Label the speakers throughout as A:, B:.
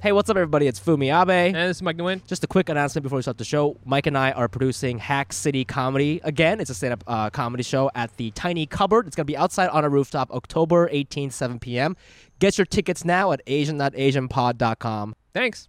A: Hey, what's up, everybody? It's Fumi Abe.
B: And this is Mike Nguyen.
A: Just a quick announcement before we start the show. Mike and I are producing Hack City Comedy again. It's a stand-up uh, comedy show at the Tiny Cupboard. It's going to be outside on a rooftop, October 18th, 7 p.m. Get your tickets now at asian.asianpod.com.
B: Thanks.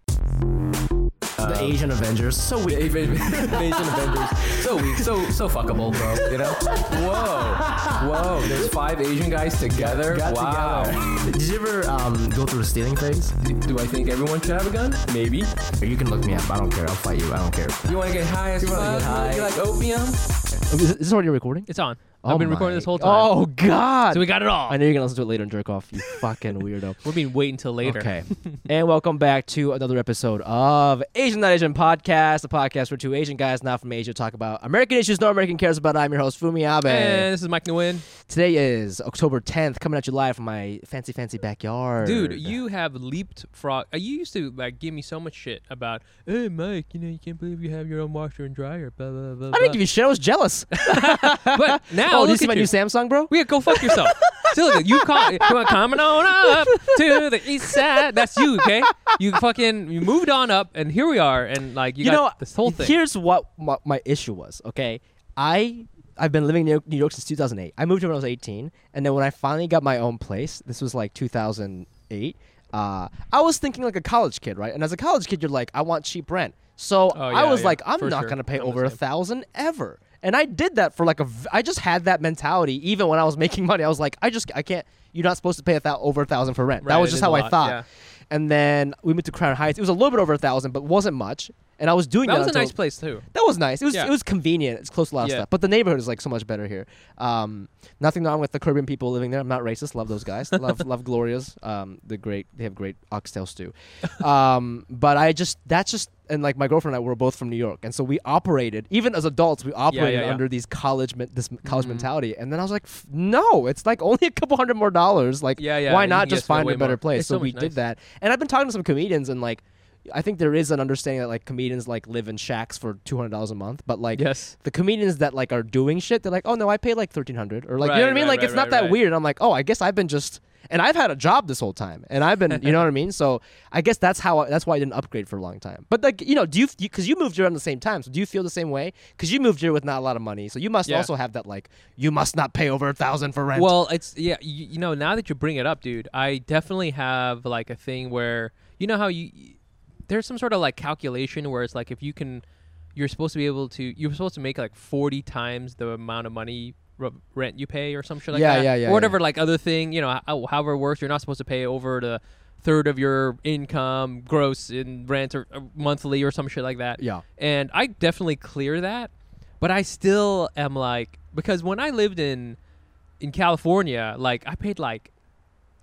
C: The Asian Avengers, so weak.
D: Asian Avengers. So weak, so so fuckable, bro. You know? Whoa. Whoa. Oh, There's five Asian guys together.
C: Got
D: wow.
C: together. Did you ever um, go through a stealing phase?
D: Do I think everyone should have a gun? Maybe.
C: You can look me up. I don't care. I'll fight you. I don't care.
D: You wanna get high as
C: wanna
D: fuck?
C: get high.
D: You like opium?
A: Is this already recording?
B: It's on.
A: Oh
B: I've been
A: my-
B: recording this whole time.
A: Oh, God.
B: So we got it all.
A: I know you're going to listen to it later and jerk off, you fucking weirdo.
B: We've been waiting until later.
A: Okay. and welcome back to another episode of Asian Not Asian Podcast, the podcast where two Asian guys not from Asia talk about American issues no American cares about. I'm your host, Fumi Abe.
B: And this is Mike Nguyen.
A: Today is October 10th, coming at you live from my fancy, fancy backyard.
B: Dude, you have leaped frog. Uh, you used to like give me so much shit about, hey Mike, you know you can't believe you have your own washer and dryer. Blah blah blah.
A: I didn't give you shit. I was jealous.
B: But now
A: oh,
B: look
A: do you see
B: at
A: my
B: you.
A: new Samsung, bro?
B: Yeah, go fuck yourself. Still, you call. You want coming on up to the east side? That's you, okay? You fucking you moved on up, and here we are, and like you,
A: you
B: got
A: know,
B: this whole thing.
A: here's what my, my issue was, okay? I. I've been living in New York, New York since 2008. I moved here when I was 18, and then when I finally got my own place, this was like 2008. Uh, I was thinking like a college kid, right? And as a college kid, you're like, I want cheap rent. So
B: Oh,
A: I
B: yeah,
A: was
B: yeah,
A: like, I'm
B: for
A: not
B: sure.
A: gonna pay
B: I'm the
A: over a
B: same.
A: thousand ever. And I did that for like a. v- I just had that mentality even when I was making money. I was like, I just I can't. You're not supposed to pay a thou- over a thousand for rent. that
B: Right,
A: was
B: it
A: just
B: is a
A: how I
B: lot,
A: thought.
B: yeah.
A: And then we moved to Crown Heights. It was a little bit over a thousand, but wasn't much. And I was doing that.
B: that was a
A: until-
B: nice place too.
A: That was nice. It was
B: Yeah.
A: it was convenient. It's close to a lot of
B: Yeah.
A: stuff. But the neighborhood is like so much better here. Um, nothing wrong with the Caribbean people living there. I'm not racist. Love those guys. love love Gloria's. Um, the great. They have great oxtail stew. Um, but I just that's just and like my girlfriend and I were both from New York, and so we operated even as adults. We operated
B: yeah. Mm-hmm.
A: under these college men- this college mentality. And then I was like, "F- no, it's like only a couple hundred more dollars. Like
B: Yeah, yeah,
A: why
B: and you
A: not
B: can get
A: just
B: somewhere
A: find
B: way
A: a better
B: more.
A: place?
B: It's
A: so
B: so
A: we
B: much
A: did
B: nicer.
A: that. And I've been talking to some comedians, and like, I think there is an understanding that like comedians like live in shacks for two hundred dollars a month, but like,
B: Yes.
A: the comedians that like are doing shit, they're like, oh no, I pay like thirteen hundred, or like, you know what I
B: Right,
A: mean?
B: right,
A: like,
B: right,
A: it's not
B: right,
A: that
B: right.
A: weird. And I'm like, oh, I guess I've been just. And I've had a job this whole time, and I've been, you know what I mean. So I guess that's how I, that's why I didn't upgrade for a long time. But like, you know, do you because you, moved here around the same time? So do you feel the same way? Because you moved here with not a lot of money, so you must
B: Yeah.
A: also have that like, you must not pay over a thousand for rent.
B: Well, it's yeah, you, you know, now that you bring it up, dude, I definitely have like a thing where you know how you there's some sort of like calculation where it's like if you can you're supposed to be able to you're supposed to make like 40 times the amount of money r- rent you pay or some shit like
A: Yeah,
B: that
A: yeah, yeah,
B: or whatever like other thing, you know, h- how- however it works, you're not supposed to pay over the third of your income gross in rent or, or monthly or some shit like that.
A: Yeah.
B: And I definitely clear that, but I still am like because when I lived in in California, like I paid like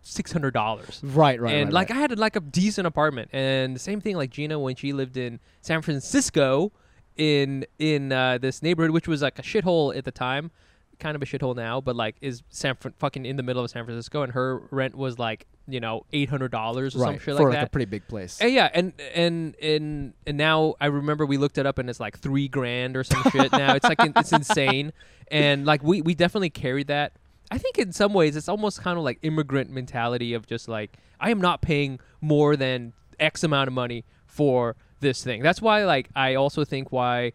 B: six hundred dollars.
A: right, right,
B: and
A: right,
B: like
A: right.
B: I had like a decent apartment, and the same thing like Gina when she lived in San Francisco, in in uh, this neighborhood which was like a shithole at the time, kind of a shithole now, but like is San Fran- fucking in the middle of San Francisco, and her rent was like you know eight hundred dollars or some
A: right,
B: shit
A: for
B: like
A: like
B: that.
A: a pretty big place.
B: And yeah, and and and and now I remember we looked it up and it's like three grand or some shit. Now it's like in, it's insane, and like we we definitely carried that. I think in some ways it's almost kind of like immigrant mentality of just like I am not paying more than X amount of money for this thing. That's why like I also think why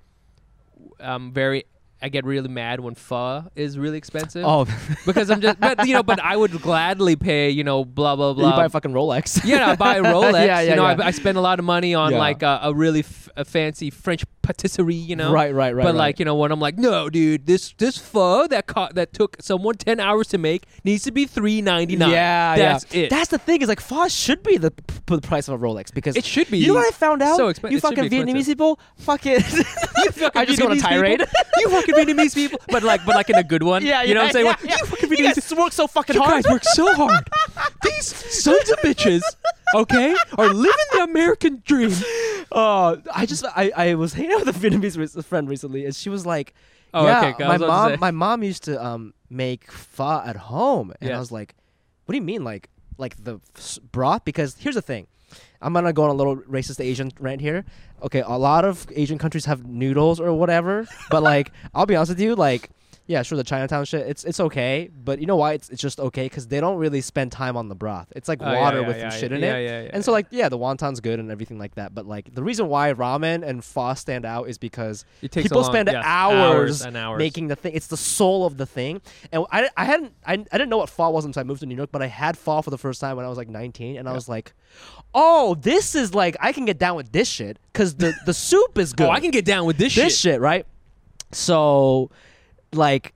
B: I'm very I get really mad when pho is really expensive.
A: Oh.
B: because I'm just but you know but I would gladly pay you know blah blah blah
A: you buy a fucking Rolex.
B: yeah, I buy a Rolex.
A: Yeah, yeah,
B: you know,
A: yeah.
B: I, I spend a lot of money on
A: Yeah.
B: like a, a really f- a fancy French patisserie. You know,
A: Right, right, right,
B: But
A: right.
B: like, you know, when I'm like, no, dude, this this pho that co- that took someone ten hours to make needs to be three ninety nine.
A: Yeah,
B: that's
A: yeah.
B: it.
A: That's the thing is like pho should be the, p- p- the price of a Rolex because
B: It should
A: You know
B: be
A: what I found out?
B: so expen-
A: You
B: it should
A: fucking
B: be
A: Vietnamese
B: expensive.
A: people, fucking. you
B: fucking
A: I just go on a
B: Vietnamese
A: tirade.
B: people. you fucking Vietnamese people, but like, but like in a good one.
A: yeah,
B: you know what I'm saying?
A: Yeah,
B: Like,
A: yeah.
B: You fucking
A: You
B: Vietnamese
A: guys work so fucking
B: you
A: hard.
B: guys work so hard. These sons of bitches okay? Are living the American dream.
A: Oh, I just I, I was hanging out with a Vietnamese re- friend recently, and she was like,
B: Oh,
A: "Yeah,
B: okay, good. I
A: my
B: was about to
A: mom
B: say.
A: my mom used to um make pho at home," and I
B: Yeah.
A: was like, "What do you mean, like like the s- broth?" Because here's the thing, I'm gonna go on a little racist Asian rant here. Okay, a lot of Asian countries have noodles or whatever, but like I'll be honest with you, like. Yeah, sure. The Chinatown shit, it's it's okay, but you know why? It's, it's just okay because they don't really spend time on the broth. It's like
B: Oh, yeah,
A: water
B: yeah,
A: with
B: yeah,
A: some shit
B: yeah,
A: in
B: yeah,
A: it.
B: yeah, yeah,
A: and so like yeah, the wonton's good and everything like that. But like the reason why ramen and pho stand out is because
B: It takes a
A: people
B: long-
A: spend
B: yes,
A: hours,
B: hours and hours.
A: making the thing. It's the soul of the thing. And I, I hadn't I, I didn't know what pho was until I moved to New York, but I had pho for the first time when I was like 19, and I was like, oh, this is like I can get down with this shit because the the soup is good
B: Oh, I can get down with this,
A: this shit, right? So, like,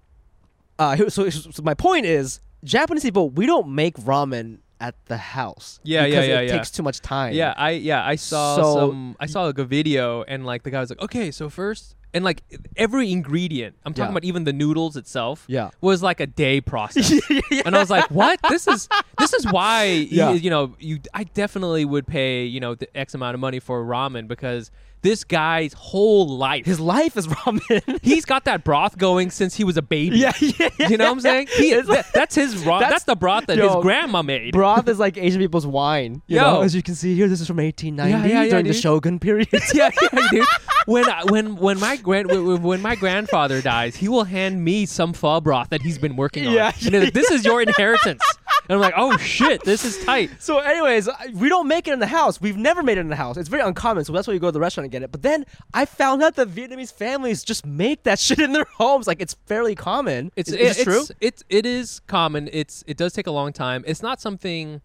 A: uh, here- so, so my point is, Japanese people, we don't make ramen at the house.
B: Yeah, yeah,
A: because
B: yeah,
A: It
B: yeah.
A: takes too much time.
B: Yeah, I yeah, I saw
A: So-
B: some I saw like a video and like the guy was like, "Okay, so first and like every ingredient, I'm talking
A: Yeah.
B: about even the noodles itself,
A: Yeah.
B: was like a day process. And I was like, "What? This is this is why
A: Yeah.
B: you, you know, you I definitely would pay, you know, the X amount of money for ramen because this guy's whole life
A: his life is ramen.
B: he's got that broth going since he was a baby.
A: Yeah, yeah, yeah,
B: you know what I'm saying? He,
A: It's like-
B: that- that's his broth.
A: that's-
B: That's, the broth that
A: yo,
B: his grandma made.
A: Broth is like Asian people's wine. You know?
B: Yo.
A: as you can see here, this is from 1890
B: Yeah, yeah, yeah,
A: during the
B: dude.
A: Shogun period.
B: yeah, yeah, dude. When I, when when my grand when- when when my grandfather dies, he will hand me some pho broth that he's been working on.
A: Yeah,
B: And he's like, this is your inheritance. And I'm like, oh shit, this is tight.
A: So, anyways, I- we don't make it in the house. We've never made it in the house. It's very uncommon, so that's why you go to the restaurant and get it. But then I found out that Vietnamese families just make that shit in their homes. Like it's fairly common.
B: It's
A: is,
B: it-
A: is this true.
B: It's, it it is common. It's it does take a long time. It's not something.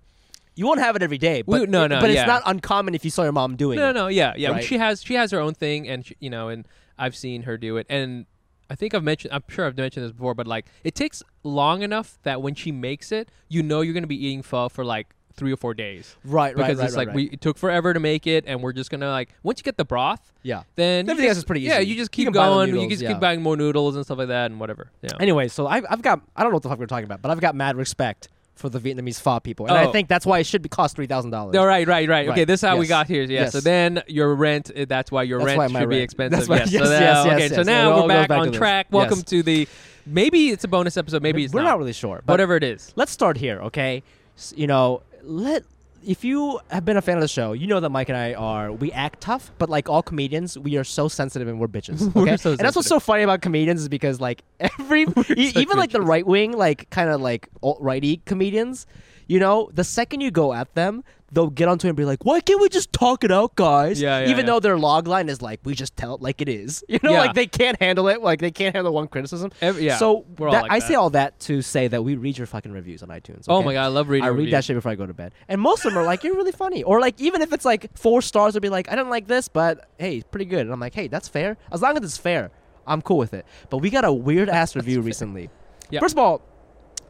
A: You won't have it every day,
B: We-
A: but
B: no, no,
A: but it's
B: yeah.
A: not uncommon if you saw your mom doing
B: No,
A: it.
B: no, yeah, yeah.
A: Right.
B: She has she has her own thing, and she, you know, and I've seen her do it, and I think I've mentioned. I'm sure I've mentioned this before, but like it takes long enough that when she makes it, you know, you're gonna be eating pho for like three or four days.
A: Right, right,
B: because
A: right,
B: it's
A: right,
B: like we it took forever to make it, and we're just gonna like once you get the broth,
A: Yeah.
B: then you
A: Everything else is
B: just-
A: pretty
B: Yeah,
A: easy.
B: you just
A: You
B: keep
A: can buy the
B: going. you
A: noodles,
B: just
A: yeah.
B: keep buying more noodles and stuff like that, and whatever. Yeah.
A: Anyway, so I, I've got I don't know what the fuck we're talking about, but I've got mad respect for the Vietnamese pho people, and I
B: Oh.
A: think that's why it should be cost three thousand dollars.
B: All right, right, right. Okay,
A: Right.
B: this is how we
A: Yes.
B: got here. Yeah. So
A: Yes.
B: then your rent. uh, That's why your
A: That's
B: rent
A: why
B: should
A: my
B: be
A: rent-
B: expensive.
A: that's why-
B: yes.
A: yes,
B: so now,
A: yes, yes,
B: okay.
A: yes.
B: so
A: It
B: now
A: all
B: we're
A: goes
B: back,
A: back to
B: on
A: this.
B: track. Welcome
A: Yes.
B: to the. Maybe it's a bonus episode. Maybe it's
A: we're
B: not.
A: not really sure. but-
B: Whatever it is.
A: let's start here, okay? S- You know, let if you have been a fan of the show, you know that Mike and I are we act tough, but like all comedians, we are so sensitive and we're bitches. Okay?
B: We're so
A: and that's what's so funny about comedians is because like every e-
B: so
A: even like the right wing, like kind of like alt righty comedians, you know, the second you go at them, they'll get onto it and be like, "Why can't we just talk it out, guys?"
B: Yeah, yeah,
A: even
B: yeah.
A: though their log line is like, "We just tell it like it is," you know,
B: Yeah.
A: like they can't handle it, like they can't handle one criticism.
B: Ev- yeah,
A: so
B: we're all
A: that-
B: like
A: I
B: that.
A: say all that to say that we read your fucking reviews on iTunes.
B: Oh
A: okay?
B: my God, I love reading
A: I read
B: reviews.
A: that shit before I go to bed, and most of them are like, "You're really funny," or like even if it's like four stars, they'll be like, "I didn't like this, but hey, pretty good." And I'm like, "Hey, that's fair. As long as it's fair, I'm cool with it." But we got a weird ass review recently.
B: Yeah.
A: First of all,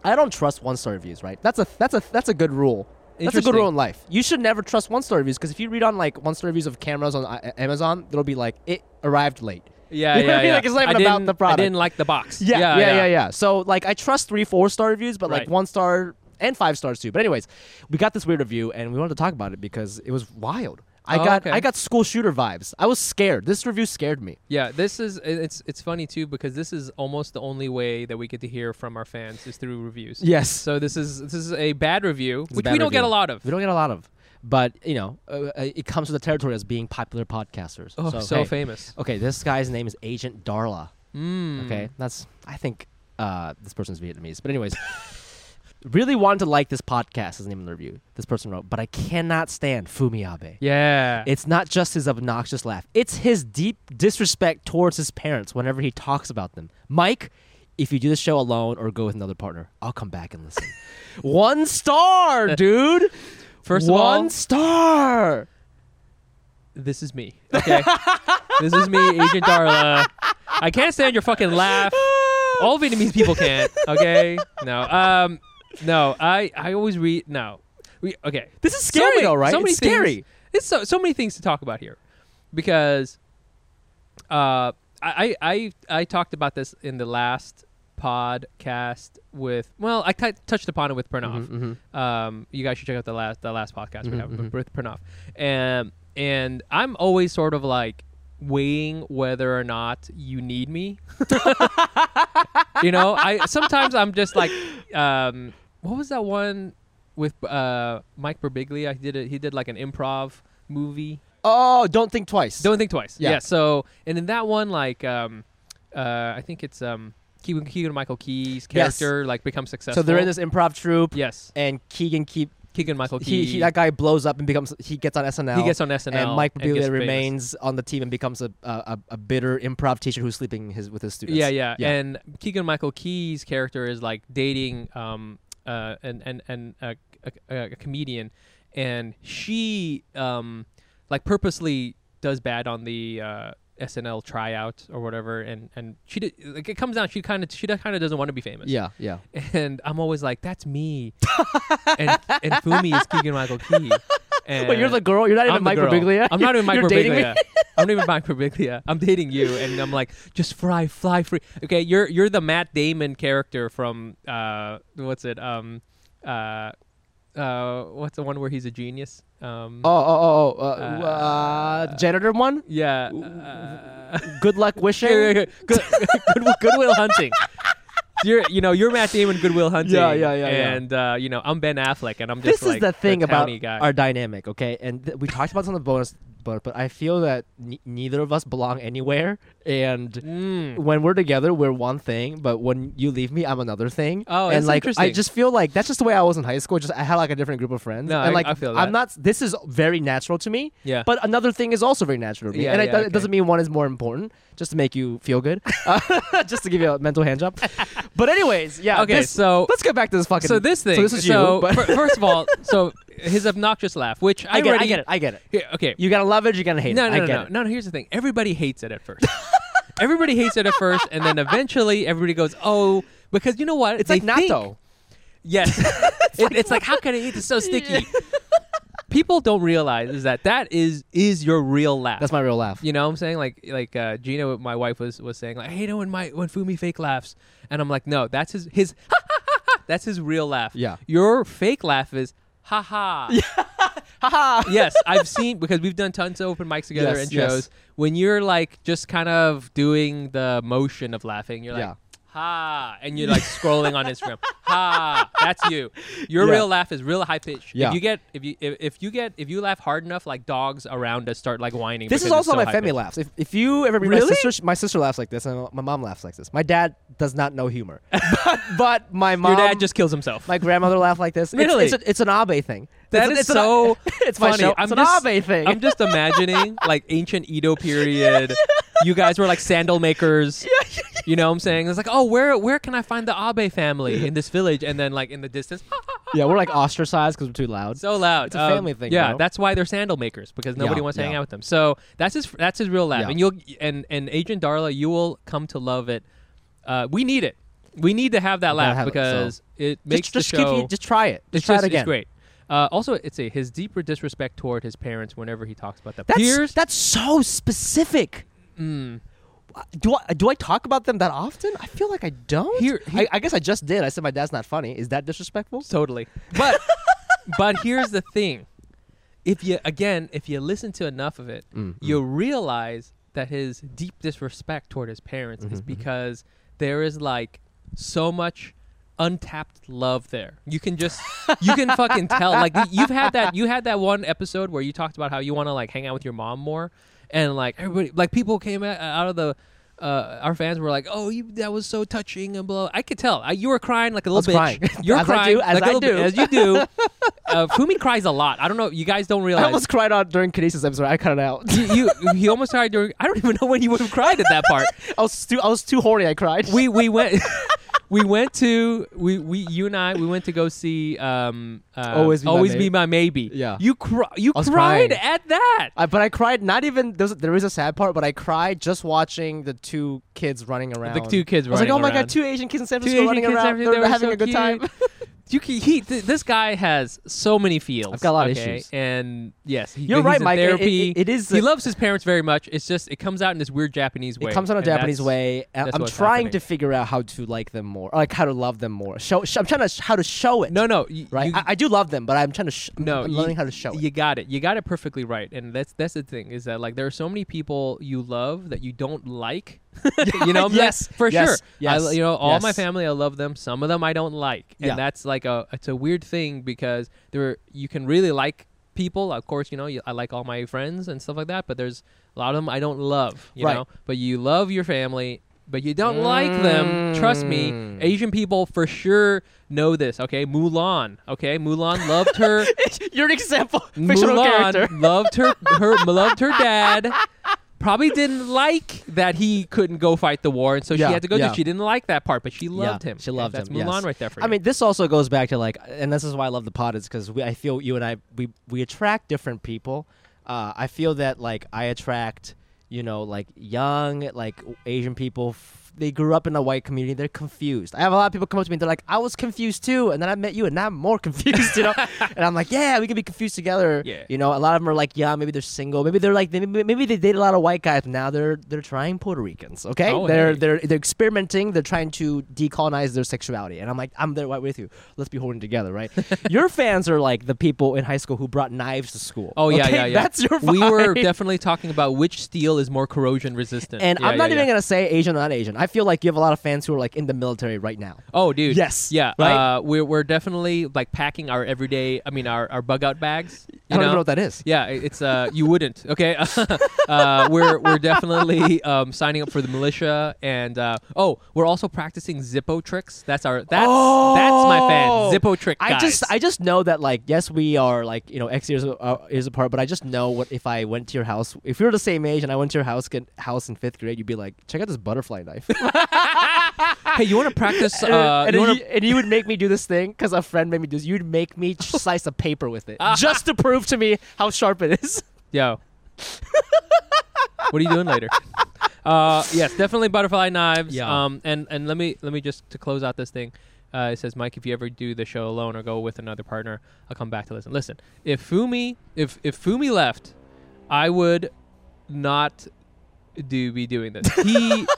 A: I don't trust one star reviews. Right? That's a that's a that's a good rule. That's a good
B: Interesting.
A: rule in life. You should never trust one star reviews because if you read on like one star reviews of cameras on uh, Amazon, it'll be like it arrived late.
B: Yeah,
A: You know what I
B: yeah,
A: mean?
B: yeah.
A: Like, it's not
B: I
A: even about
B: didn't-
A: the product.
B: I didn't like the box.
A: Yeah, yeah,
B: yeah,
A: yeah, yeah, So like, I trust three, four star reviews, but like
B: Right.
A: one star and five stars too. But anyways, we got this weird review, and we wanted to talk about it because it was wild. I
B: Oh,
A: got
B: okay.
A: I got school shooter vibes. I was scared. This review scared me.
B: Yeah, this is it- it's it's funny too because this is almost the only way that we get to hear from our fans is through reviews.
A: Yes.
B: So this is this is a bad review,
A: It's a
B: which
A: bad
B: we don't get a
A: review.
B: lot of.
A: We don't get a lot of, but you know, uh, uh, it comes with the territory as being popular podcasters.
B: Oh, so,
A: hey.
B: famous. Hmm.
A: Okay, this guy's name is Agent Darla. Okay, that's I think uh, this person's Vietnamese. But anyways, really wanted to like this podcast. Is the name of the review. This person wrote, but I cannot stand Fumiabe.
B: Yeah.
A: It's not just his obnoxious laugh. It's his deep disrespect towards his parents whenever he talks about them. Mike, if you do the show alone or go with another partner, I'll come back and listen. One star, dude.
B: First of
A: One
B: all,
A: star.
B: this is me. Okay. this is me, Agent Darla. I can't stand your fucking laugh. All Vietnamese people can't. Okay. No. Um. No. I I always read. No. We okay.
A: This is scary, though, right?
B: So many
A: It's scary.
B: Things, it's so so many things to talk about here, because, uh, I I I, I talked about this in the last podcast with well, I t- touched upon it with Pranav.
A: mhm.
B: Um, you guys should check out the last the last podcast we
A: Mhm,
B: have
A: mhm.
B: with Pranav. And and I'm always sort of like weighing whether or not you need me. you know, I sometimes I'm just like, um, what was that one with uh, Mike Birbiglia? I did it. He did like an improv movie.
A: Oh, don't think twice.
B: Don't think twice.
A: Yeah.
B: Yeah. So and in that one, like, um, uh, I think it's um, Keegan, Keegan Michael Key's
A: Yes.
B: character like becomes successful.
A: so they're in this improv troupe,
B: Yes.
A: and Keegan keep
B: Keegan Michael Key.
A: he, he that guy blows up and becomes he gets on SNL.
B: he gets on SNL.
A: and Mike
B: gets
A: Birbiglia
B: famous.
A: remains on the team and becomes a a, a, a bitter improv teacher who's sleeping his with his students.
B: Yeah, yeah,
A: Yeah.
B: And Keegan Michael Key's character is like dating um uh and and and a, a, a comedian, and she um like purposely does bad on the uh, SNL tryout or whatever, and and she did like it comes down she kind of she kind of doesn't want to be famous.
A: yeah, yeah.
B: And I'm always like, that's me, and and Fumi is Keegan Michael Key. And
A: Wait, you're the girl. You're not even
B: I'm the
A: Mike
B: girl.
A: Birbiglia.
B: I'm not even Mike
A: You're dating me?
B: Birbiglia. I'm not even Mike Birbiglia. I'm dating you, and I'm like, just fry, fly free. Okay, you're you're the Matt Damon character from uh, what's it? Um, uh, uh, what's the one where he's a genius? Um,
A: Oh, oh, oh, oh. Uh,
B: Uh,
A: uh, janitor one.
B: yeah. uh,
A: Good luck wishing.
B: yeah, yeah, yeah. Good, Good- Goodwill Hunting. You're, you know, you're Matt Damon, Goodwill Hunting.
A: Yeah, yeah, yeah, yeah.
B: And uh, you know, I'm Ben Affleck, and I'm just
A: This
B: like
A: is the thing about
B: towny guy.
A: our dynamic, okay? And th- we talked about this on the bonus, but but I feel that n- neither of us belong anywhere. And
B: Mm.
A: Mm-hmm. when we're together, we're one thing, but when you leave me, I'm another thing.
B: Oh,
A: and
B: that's
A: like I
B: interesting.
A: just feel like that's just the way I was in high school. Just I had like a different group of friends.
B: No,
A: and
B: I-
A: like
B: I feel
A: I'm
B: that.
A: not. This is very natural to me.
B: Yeah.
A: But another thing is also very natural to me,
B: Yeah,
A: and it,
B: yeah,
A: do- it
B: okay.
A: doesn't mean one is more important. Just to make you feel good, Uh, just to give you a mental hand job. But anyways, yeah.
B: Okay,
A: this-
B: so-
A: let's get back to this fucking.
B: so this thing.
A: So this is you.
B: so
A: But
B: fir- first of all, so his obnoxious laugh, which I,
A: I get, it,
B: already,
A: I get it. I get it.
B: Yeah, okay.
A: You gotta love it. You gotta hate
B: no,
A: it.
B: no,
A: I
B: no,
A: get
B: no,
A: it.
B: no, no. Here's the thing. Everybody hates it at first. everybody hates it at first, and then eventually everybody goes, "Oh," because you know what?
A: It's
B: They
A: like
B: think-
A: natto.
B: Yes. it's, like, it's like how can I eat this so sticky? People don't realize is that that is is your real laugh.
A: That's my real laugh.
B: You know what I'm saying? Like like uh, Gina, my wife was was saying like, "Hey, you know when my when Fumi fake laughs," and I'm like, "No, that's his his that's his real laugh."
A: Yeah.
B: your fake laugh is ha ha. yes, I've seen because we've done tons of open mics together
A: Yes,
B: and
A: yes.
B: shows. When you're like just kind of doing the motion of laughing, you're like
A: Yeah.
B: ha, and you're like scrolling on Instagram. Ha, that's you. Your
A: Yeah.
B: real laugh is real high pitch.
A: Yeah.
B: If you get if you if, if you get if you laugh hard enough, like dogs around us start like whining.
A: This is
B: because it's
A: also
B: so
A: my
B: high
A: family
B: pitched.
A: laughs. If, if you ever meet my
B: Really?
A: sister, sh- my sister laughs like this, and my mom laughs like this. My dad does not know humor, but, but my mom,
B: Your dad just kills himself.
A: my grandmother laughed like this. It's-
B: Really?
A: it's, a- it's an abe thing.
B: that
A: it's,
B: is
A: it's an-
B: so
A: it's my
B: funny.
A: show. it's
B: I'm just,
A: an abe thing.
B: I'm just imagining like ancient Edo period. You guys were like sandal makers. You know what I'm saying? It's like, oh, where where can I find the Abe family in this village? And then like in the distance,
A: yeah, we're like ostracized because we're too loud.
B: so loud. Um,
A: It's a family thing,
B: Yeah,
A: bro.
B: that's why they're sandal makers because nobody
A: Yeah,
B: wants to hang
A: yeah.
B: out with them. So that's his that's his real laugh,
A: Yeah.
B: and you'll and and Agent Darla, you will come to love it. Uh, we need it. We need to have that laugh
A: have it, so-
B: because it, makes
A: just just
B: the
A: keep
B: show.
A: you, just try it. Just
B: it's
A: try
B: just-
A: it again.
B: It's great. Uh, also, it's a his deeper disrespect toward his parents whenever he talks about the
A: That's
B: peers.
A: that's so specific.
B: Mm.
A: Do I do I talk about them that often? I feel like I don't.
B: Here-
A: I, I guess I just did. I said my dad's not funny. Is that disrespectful?
B: totally. But but here's the thing. If you again, if you listen to enough of it,
A: Mm,
B: you'll realize that his deep disrespect toward his parents
A: Mm-hmm,
B: is because there is like so much untapped love there. You can just you can fucking tell. Like y- you've had that you had that one episode where you talked about how you want to like hang out with your mom more and like everybody like people came out, out of the uh, our fans were like, "Oh, you, that was so touching," and blah. I could tell I, you were crying like a little
A: was
B: bitch.
A: crying.
B: You're
A: As I
B: crying
A: do, as
B: like a
A: I
B: little
A: do.
B: bit- as you do. Uh, Fumi cries a lot. I don't know. You guys don't
A: I
B: realize.
A: almost cried out during Kinesis episode. I cut it out.
B: you, you- he almost cried during. I don't even know when he would have cried at that part.
A: I was too I was too horny. I cried.
B: We we went. We went to we, we you and I we went to go see um uh,
A: Always Be My Maybe.
B: Be My Maybe
A: Yeah.
B: you cr- you
A: I was
B: cried
A: crying. Uh,
B: at that
A: I, but I cried. Not even there was, there is a sad part, but I cried just watching the two kids running around.
B: two kids
A: I was like,
B: running
A: oh my
B: around."
A: god, two Asian kids in San
B: Two
A: Francisco
B: Asian
A: running
B: kids
A: around.
B: every-
A: They're
B: they were
A: having
B: so
A: a good
B: cute.
A: time.
B: You can, he th- this guy has so many feels.
A: I've got a lot of
B: okay?
A: issues.
B: and yes, he-
A: You're
B: he's
A: right,
B: in
A: Mike. It-
B: Therapy.
A: it- it is
B: He
A: a-
B: loves his parents very much. It's just it comes out in this weird Japanese way.
A: It comes out a
B: and
A: Japanese
B: that's-
A: way. and
B: that's
A: I'm
B: what's
A: trying to
B: happening.
A: figure out how to like them more, like how to love them more. Show, sh- I'm trying to sh- how to show it.
B: No, no, y-
A: right?
B: you-
A: I, I do love them, but I'm trying to. Sh- I'm-
B: no,
A: I'm
B: you-
A: learning how to show it.
B: You got it. You got it perfectly right. And that's that's the thing is that like there are so many people you love that you don't like. you know, what I'm saying?
A: Yes,
B: for
A: yes,
B: sure.
A: yes,
B: I, you know, all my
A: yes.
B: family, I love them. Some of them I don't like, and
A: Yeah.
B: that's like a it's a weird thing because there you can really like people. Of course, you know, you, I like all my friends and stuff like that. But there's a lot of them I don't love. You
A: Right.
B: know, but you love your family. But you don't like them. Trust me,
A: Mm.
B: Asian people for sure know this. Okay, Mulan. Okay, Mulan loved her.
A: You're an example.
B: Mulan loved her, her loved her dad. Probably didn't like that he couldn't go fight the war, and so
A: Yeah,
B: she had to go.
A: yeah.
B: Do. She didn't like that part, but she loved
A: Yeah,
B: him.
A: she loved
B: And that's
A: him,
B: Mulan
A: yes.
B: right there for you.
A: I mean, this also goes back to like, and this is why I love the pod is because I feel you and I we we attract different people. Uh, I feel that like I attract, you know, like young like Asian people. F- they grew up in a white community. They're confused. I have a lot of people come up to me. They're like, I was confused too, and then I met you, and now I'm more confused. You know, and I'm like, yeah, we can be confused together.
B: Yeah.
A: You know, a lot of them are like, yeah, maybe they're single. Maybe they're like, they, maybe they date a lot of white guys. But now they're they're trying Puerto Ricans. Okay,
B: Oh,
A: they're
B: hey.
A: they're they're they're experimenting. They're trying to decolonize their sexuality, and I'm like, I'm there right with you. Let's be holding together, right? your fans are like the people in high school who brought knives to school.
B: oh yeah,
A: okay?
B: yeah, yeah.
A: That's your. Vibe.
B: We were definitely talking about which steel is more corrosion resistant.
A: And
B: Yeah,
A: I'm not
B: yeah,
A: even
B: yeah.
A: gonna say Asian or not Asian. I feel like you have a lot of fans who are like in the military right now.
B: Oh, dude.
A: Yes,
B: Yeah.
A: right?
B: Uh, we're we're definitely like packing our everyday. I mean, our, our bug out bags. You
A: I don't
B: know?
A: even know what that is.
B: Yeah, i- it's uh, you wouldn't. Okay, uh, we're we're definitely um, signing up for the militia, and uh, oh, we're also practicing Zippo tricks. That's our that's that's my fan
A: Oh!
B: Zippo trick.
A: I just
B: guys.
A: I just know that like yes we are like you know X years uh, years apart, but I just know what if I went to your house if we were the same age and I went to your house get, house in fifth grade, you'd be like check out this butterfly knife.
B: hey, you want to practice?
A: and,
B: Uh,
A: and
B: you
A: then
B: wanna-
A: you, and you would make me do this thing because a friend made me do this. You'd make me ch- slice a paper with it just to prove to me how sharp it is.
B: Yo, what are you doing later? Uh, yes, definitely butterfly knives.
A: Yeah.
B: Um, and and let me let me just to close out this thing. Uh, it says, Mike, if you ever do the show alone or go with another partner, I'll come back to listen. Listen, if Fumi, if if Fumi left, I would not do be doing this. He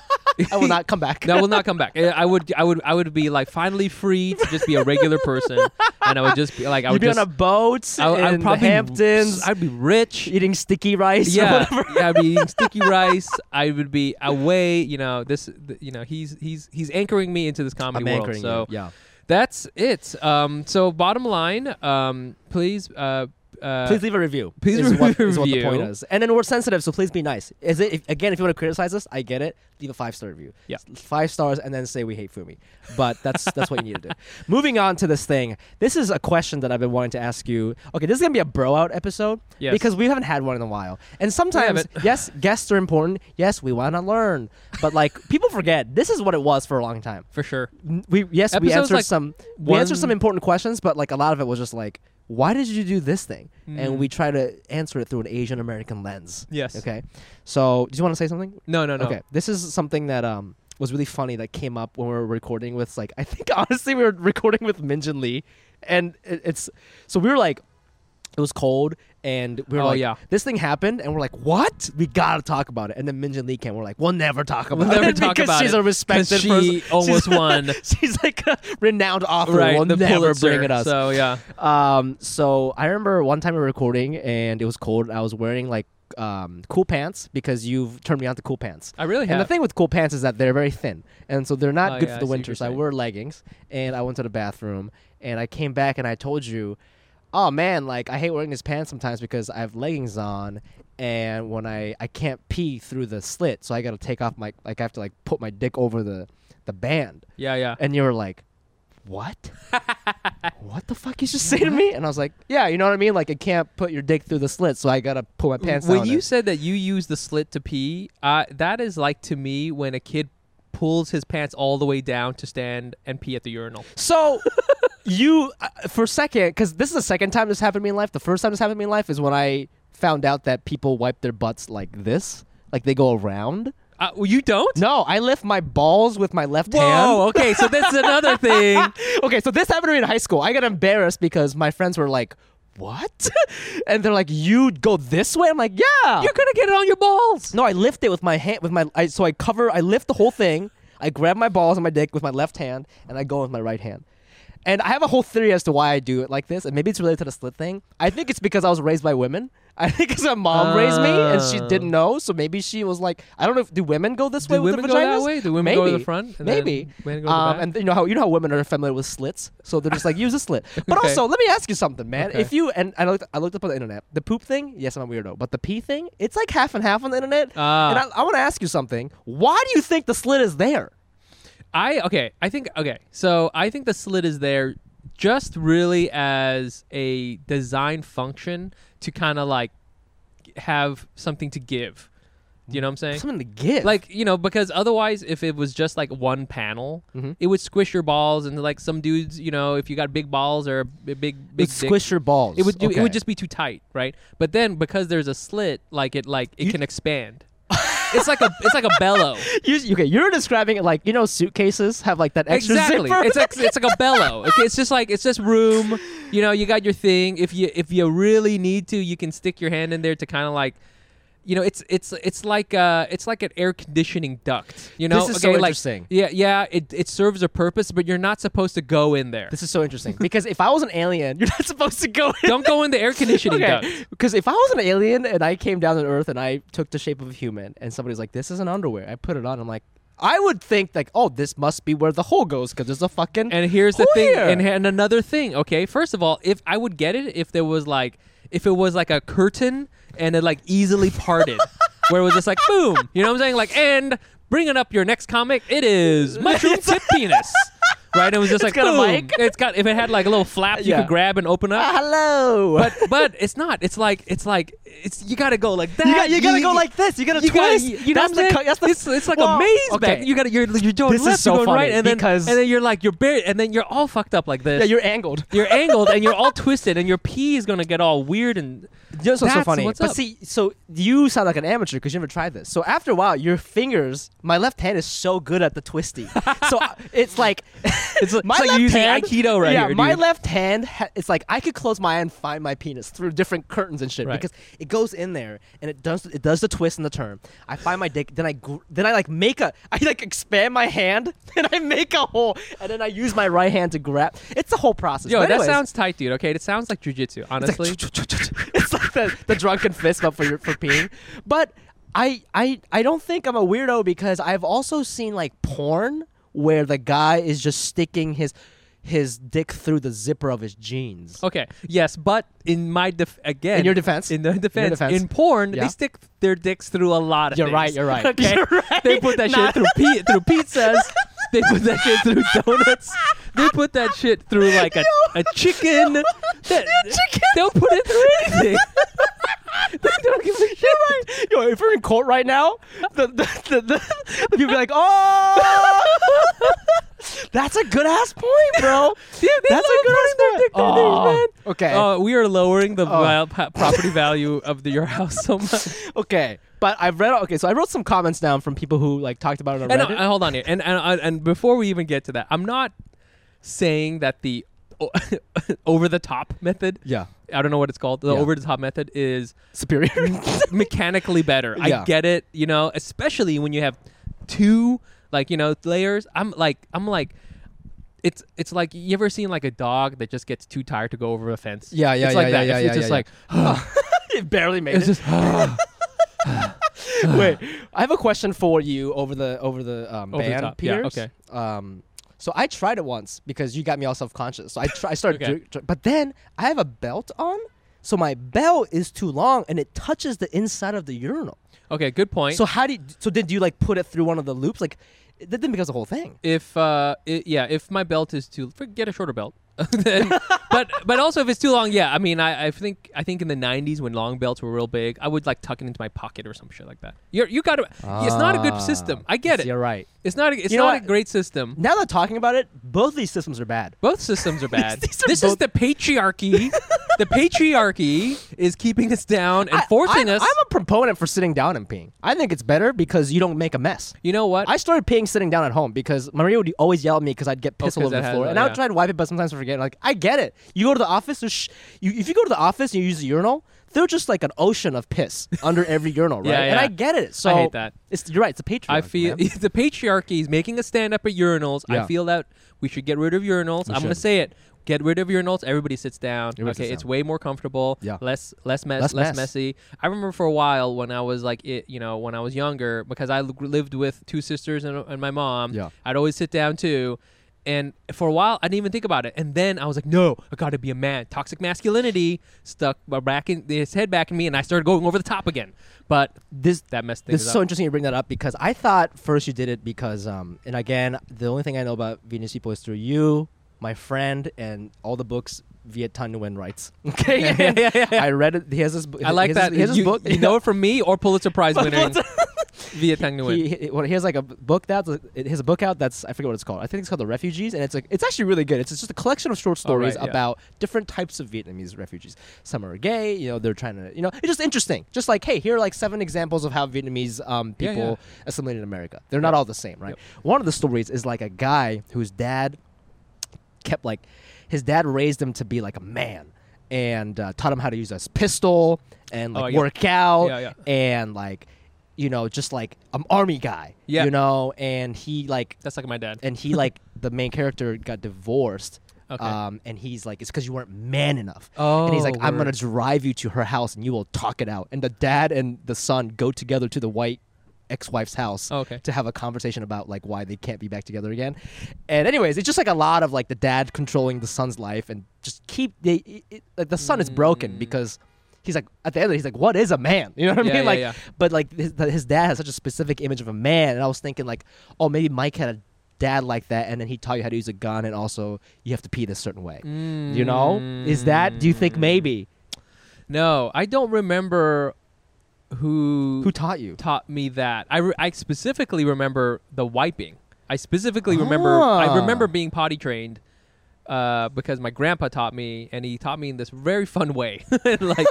A: I will not come back.
B: that will not come back. I I would I would I would be like finally free to just be a regular person, and I would just be like I
A: You'd
B: would
A: be
B: just
A: on a boat
B: I, would- I'd
A: in the
B: probably
A: Hamptons,
B: I'd be rich
A: eating sticky rice. or
B: yeah,
A: whatever.
B: yeah, I'd be eating sticky rice. I would be away. You know this. th- You know he's he's he's anchoring me into this comedy world. so
A: yeah.
B: that's it. Um, so bottom line, um, please, uh, uh,
A: please leave a review.
B: please
A: is
B: leave
A: what,
B: a
A: is what the point
B: review.
A: is. And then we're sensitive, so please be nice. Is it if, again? If you want to criticize us, I get it. Leave a five star review.
B: Yeah.
A: S- five stars, and then say we hate Fumi. But that's that's what you need to do. Moving on to this thing. This is a question that I've been wanting to ask you. Okay, this is gonna be a bro out episode
B: Yes.
A: because we haven't had one in a while. And sometimes,
B: haven't.
A: yes, guests are important. Yes, we want to learn, but like people forget this is what it was for a long time.
B: for sure.
A: N- we yes we
B: Episodes
A: answered
B: like
A: some we
B: one-
A: answered some important questions but like a lot of it was just like why did you do this thing and we try to answer it through an asian american lens
B: Mm. Yes.
A: okay so do you want to say something
B: No, no, no.
A: okay this is something that um was really funny that came up when we were recording with like i think honestly we were recording with minjin lee and it, it's so we were like it was cold and we were
B: Oh,
A: like
B: yeah.
A: this thing happened and we're like what we gotta talk about it and then minjin lee came we're like we'll never talk about
B: We'll
A: it
B: never talk
A: because
B: about
A: she's
B: it
A: a respected
B: she
A: person She's-
B: almost won.
A: She's like a renowned author.
B: Right,
A: will
B: the
A: never
B: Pulitzer,
A: bring it us.
B: So yeah,
A: Um, so I remember one time we were recording and it was cold. and I was wearing like um, cool pants because you've turned me on to cool pants.
B: I really
A: And the
B: have.
A: thing with cool pants is that they're very thin, and so they're not
B: Oh,
A: good
B: yeah,
A: for
B: I
A: the
B: see what
A: winter.
B: you're
A: So I
B: saying.
A: wore leggings, and I went to the bathroom, and I came back, and I told you, "Oh man, like I hate wearing these pants sometimes because I have leggings on, and when I I can't pee through the slit, so I got to take off my like I have to like put my dick over the the band."
B: yeah, yeah.
A: and you were like, "What? what the fuck you just say to me?" And I was like, "Yeah, you know what I mean. Like, I can't put your dick through the slit, so I gotta pull my pants
B: when
A: down."
B: you
A: and-
B: said that you use the slit to pee, uh, that is like to me when a kid pulls his pants all the way down to stand and pee at the urinal.
A: so you uh, for a second, because this is the second time this happened to me in life. The first time this happened to me in life is when I found out that people wipe their butts like this, like they go around.
B: Uh, well, you don't?
A: No, I lift my balls with my left hand.
B: Whoa. Okay. So that's another thing.
A: Okay, so this happened to me in high school. I got embarrassed because my friends were like, "What?" and they're like, "You go this way?" I'm like, "Yeah."
B: You're gonna get it on your balls.
A: no, I lift it with my hand with my I, so I cover I lift the whole thing. I grab my balls and my dick with my left hand and I go with my right hand. And I have a whole theory as to why I do it like this, and maybe it's related to the slit thing. I think it's because I was raised by women. I think it's my mom raised me, and she
B: Oh.
A: didn't know, so maybe she was like, I don't know. if Do women go this
B: Do
A: way with
B: women
A: their
B: go that
A: vaginas?
B: way? Do women go to the
A: Maybe.
B: front and
A: maybe.
B: then men go to the
A: Um,
B: back?
A: And you know how you know how women are familiar with slits, so they're just like use a slit. But
B: Okay.
A: also, Oh, let me ask you something, man.
B: Okay.
A: If you and I looked, I looked up on the internet. The poop thing, yes, I'm a weirdo, but the pee thing, it's like half and half on the internet.
B: Ah.
A: And I, I want to ask you something. Why do you think the slit is there?
B: I okay. I think okay. So I think the slit is there just really as a design function to kind of like have something to give. Do you know what I'm saying?
A: Something to give.
B: Like you know, because otherwise, if it was just like one panel, it would squish your balls, and like some dudes, you know, if you got big balls or a b- big big
A: It'd
B: dick,
A: squish your balls.
B: it would do, it
A: Okay.
B: would just be too tight, right? But then because there's a slit, like it like it can expand. it's like a it's like a bellow.
A: You, okay, you're describing it like you know suitcases have like that extra
B: exactly.
A: zipper.
B: It's like it's like a bellow. Okay, it's just like it's just room. You know, you got your thing. If you if you really need to, you can stick your hand in there to kind of like, you know, it's it's it's like uh it's like an air conditioning duct. You know,
A: This is so
B: okay, like,
A: interesting.
B: Yeah, yeah. It it serves a purpose, but you're not supposed to go in there.
A: this is so interesting because if I was an alien, you're not supposed to go. in
B: Don't go in the air conditioning duct.
A: Because if I was an alien and I came down to Earth and I took the shape of a human and somebody's like, this is an underwear, I put it on. I'm like, I would think like, oh, this must be where the hole goes because there's a fucking.
B: And here's the
A: hole
B: thing,
A: here."
B: and, and another thing. Okay, first of all, if I would get it if there was like if it was like a curtain and it like easily parted, where it was just like boom, you know what I'm saying? Like and bringing up your next comic, it is mushroom tip penis. Right, it was just like
A: got a
B: boom.
A: mic.
B: It's got if it had like a little flap you
A: Yeah.
B: could grab and open
A: Ah,
B: up.
A: hello.
B: But but it's not. It's like it's like it's you gotta go like that.
A: you, got, you gotta go like this. You gotta
B: you gotta,
A: twist.
B: you you know
A: that's
B: what I'm
A: the.
B: saying?
A: co- That's the.
B: it's, it's like
A: Well,
B: a maze
A: okay.
B: back. You gotta you're you're doing
A: This is
B: left,
A: so
B: you're going right,
A: funny
B: and then
A: because-
B: and then you're like you're buried, and then you're all fucked up like this.
A: yeah, you're angled.
B: you're angled and you're all twisted, and your pee is gonna get all weird and
A: That's what's so
B: That's
A: funny.
B: what's
A: but
B: up.
A: see, so you sound like an amateur because you never tried this. So after a while, your fingers, my left hand is so good at the twisty. so I- it's like,
B: it's like,
A: my
B: it's like
A: left
B: using
A: hand,
B: aikido right
A: yeah,
B: here.
A: my
B: dude.
A: left hand, ha- it's like I could close my eye and find my penis through different curtains and shit
B: Right.
A: because it goes in there and it does it does the twist and the turn. I find my dick, then I gr- then I like make a I like expand my hand and I make a hole and then I use my right hand to grab. It's the whole process.
B: Yo,
A: But
B: that
A: anyways,
B: sounds tight, dude. Okay, it sounds like jujitsu. Honestly,
A: it's like the, the drunken fist bump for your for peeing. But I I I don't think I'm a weirdo because I've also seen like porn where the guy is just sticking his his dick through the zipper of his jeans.
B: okay, yes, but in my def- again,
A: In your defense?
B: in the
A: In your
B: defense,
A: defense.
B: in porn,
A: Yeah.
B: they stick their dicks through a lot of.
A: You're
B: things.
A: right, you're right.
B: Okay,
A: You're right.
B: they put that shit
A: Not-
B: through pi- through pizzas. They put that shit through donuts. They put that shit through like a, a chicken. That- They'll put it through anything.
A: They don't give a shit. Right. Yo, if you're in court right now, the the, the, the, the people be like, oh, that's a good ass point, bro. that's a good ass point.
B: Oh.
A: Okay,
B: Uh, we are lowering the val- pa- property value of the, your house so much.
A: okay. But I've read. Okay, so I wrote some comments down from people who like talked about it on
B: and, uh,
A: Reddit.
B: uh, hold on here, and and uh, and before we even get to that, I'm not saying that the over the top method.
A: Yeah.
B: I don't know what it's called. The
A: Yeah.
B: over the top method is
A: Superior.
B: mechanically better.
A: Yeah.
B: I get it, you know, especially when you have two like, you know, layers. I'm like I'm like it's it's like you ever seen like a dog that just gets too tired to go over a fence?
A: Yeah, yeah,
B: it's
A: yeah, yeah,
B: like that.
A: yeah,
B: If
A: yeah,
B: it's just
A: yeah,
B: like
A: it barely made
B: it's
A: it.
B: just
A: Wait, I have a question for you over the over the um,
B: Over the
A: band,
B: top, yeah,
A: Peters.
B: okay.
A: Um, so I tried it once because you got me all self conscious. So I try, I started,
B: Okay.
A: do- tr- but then I have a belt on, so my belt is too long and it touches the inside of the urinal.
B: okay, good point.
A: So how do you, so did you like put it through one of the loops? Like that then becomes a whole thing.
B: if uh i yeah, if my belt is too for- get a shorter belt. Then- but but also if it's too long, yeah. I mean, I, I think I think in the '90s when long belts were real big, I would like tuck it into my pocket or some shit like that. You're, you got to. it's not a good system. I get it.
A: You're right.
B: It's not. A, it's
A: You know
B: not a
A: what?
B: great system.
A: Now that talking about it, both these systems are bad.
B: Both systems are bad.
A: These are
B: this is
A: both-
B: the patriarchy. the patriarchy is keeping us down and forcing
A: I,
B: us.
A: I'm a proponent for sitting down and peeing. I think it's better because you don't make a mess.
B: you know what?
A: I started peeing sitting down at home because Maria would always yell at me because I'd get pissed
B: Oh,
A: all
B: 'cause
A: over the
B: that has-
A: floor, and I would
B: yeah.
A: try to wipe it, but sometimes I forget. Like I get it. You go to the office, there's sh- you, if you go to the office and you use a urinal, there's just like an ocean of piss under every urinal, right?
B: Yeah,
A: And
B: yeah.
A: I get it. So
B: hate that.
A: It's, you're right. It's a patriarchy.
B: I feel
A: man.
B: the patriarchy is making us stand up at urinals.
A: Yeah.
B: I feel that we should get rid of urinals. I'm gonna
A: should.
B: say it. Get rid of urinals. Everybody sits down.
A: Everybody
B: okay,
A: sits
B: it's
A: down.
B: way more comfortable.
A: Yeah.
B: Less less mess.
A: Less
B: Less,
A: mess.
B: messy. I remember for a while when I was like it, you know, when I was younger because I l- lived with two sisters and, and my mom.
A: Yeah.
B: I'd always sit down too. And for a while, I didn't even think about it. And then I was like, "No, I got to be a man." Toxic masculinity stuck my back in his head back in me, and I started going over the top again. But
A: this
B: that messed things
A: This is
B: up.
A: so interesting you bring that up because I thought first you did it because, um, and again, the only thing I know about Venus people is through you, my friend, and all the books Viet Tan Nguyen writes. Okay,
B: yeah, yeah, yeah, yeah.
A: I read it. He has this. bu-
B: I
A: he
B: like
A: has
B: that.
A: This, he has this
B: you,
A: book.
B: you know it from me or Pulitzer Prize winner Via Tang
A: He, he, well, he has like a b- book that's a- he has a book out that's I forget what it's called. I think it's called The Refugees, and it's like it's actually really good. It's just a collection of short stories
B: Oh, right, yeah.
A: about different types of Vietnamese refugees. Some are gay, you know, they're trying to, you know, it's just interesting. Just like, hey, here are like seven examples of how Vietnamese um,
B: Yeah,
A: people assimilated in America. They're not all the same, right? One of the stories is like a guy whose dad kept like his dad raised him to be like a man and uh, taught him how to use his pistol and
B: Oh,
A: like
B: yeah.
A: work out
B: Yeah, yeah.
A: and like you know just like an army guy
B: Yeah.
A: you know and he like
B: That's like my dad.
A: and he like the main character got divorced
B: Okay.
A: um, and he's like it's because you weren't man enough and he's like
B: Oh,
A: i'm gonna
B: word.
A: drive you to her house and you will talk it out and the dad and the son go together to the white ex-wife's house
B: Oh, okay.
A: to have a conversation about like why they can't be back together again and anyways it's just like a lot of like the dad controlling the son's life and just keep they it, it- like the son is
B: Mm.
A: broken because he's like at the end of it he's like what is a man you know what i
B: Yeah,
A: mean
B: yeah,
A: like
B: yeah.
A: but like his, that his dad has such a specific image of a man and i was thinking like oh maybe mike had a dad like that and then he taught you how to use a gun and also you have to pee this certain way you know is that do you think maybe
B: no, I don't remember who
A: who taught you
B: taught me that. I, re- I specifically remember the wiping. I specifically remember.
A: Ah.
B: I remember being potty trained. Uh, because my grandpa taught me, and he taught me in this very fun way, like,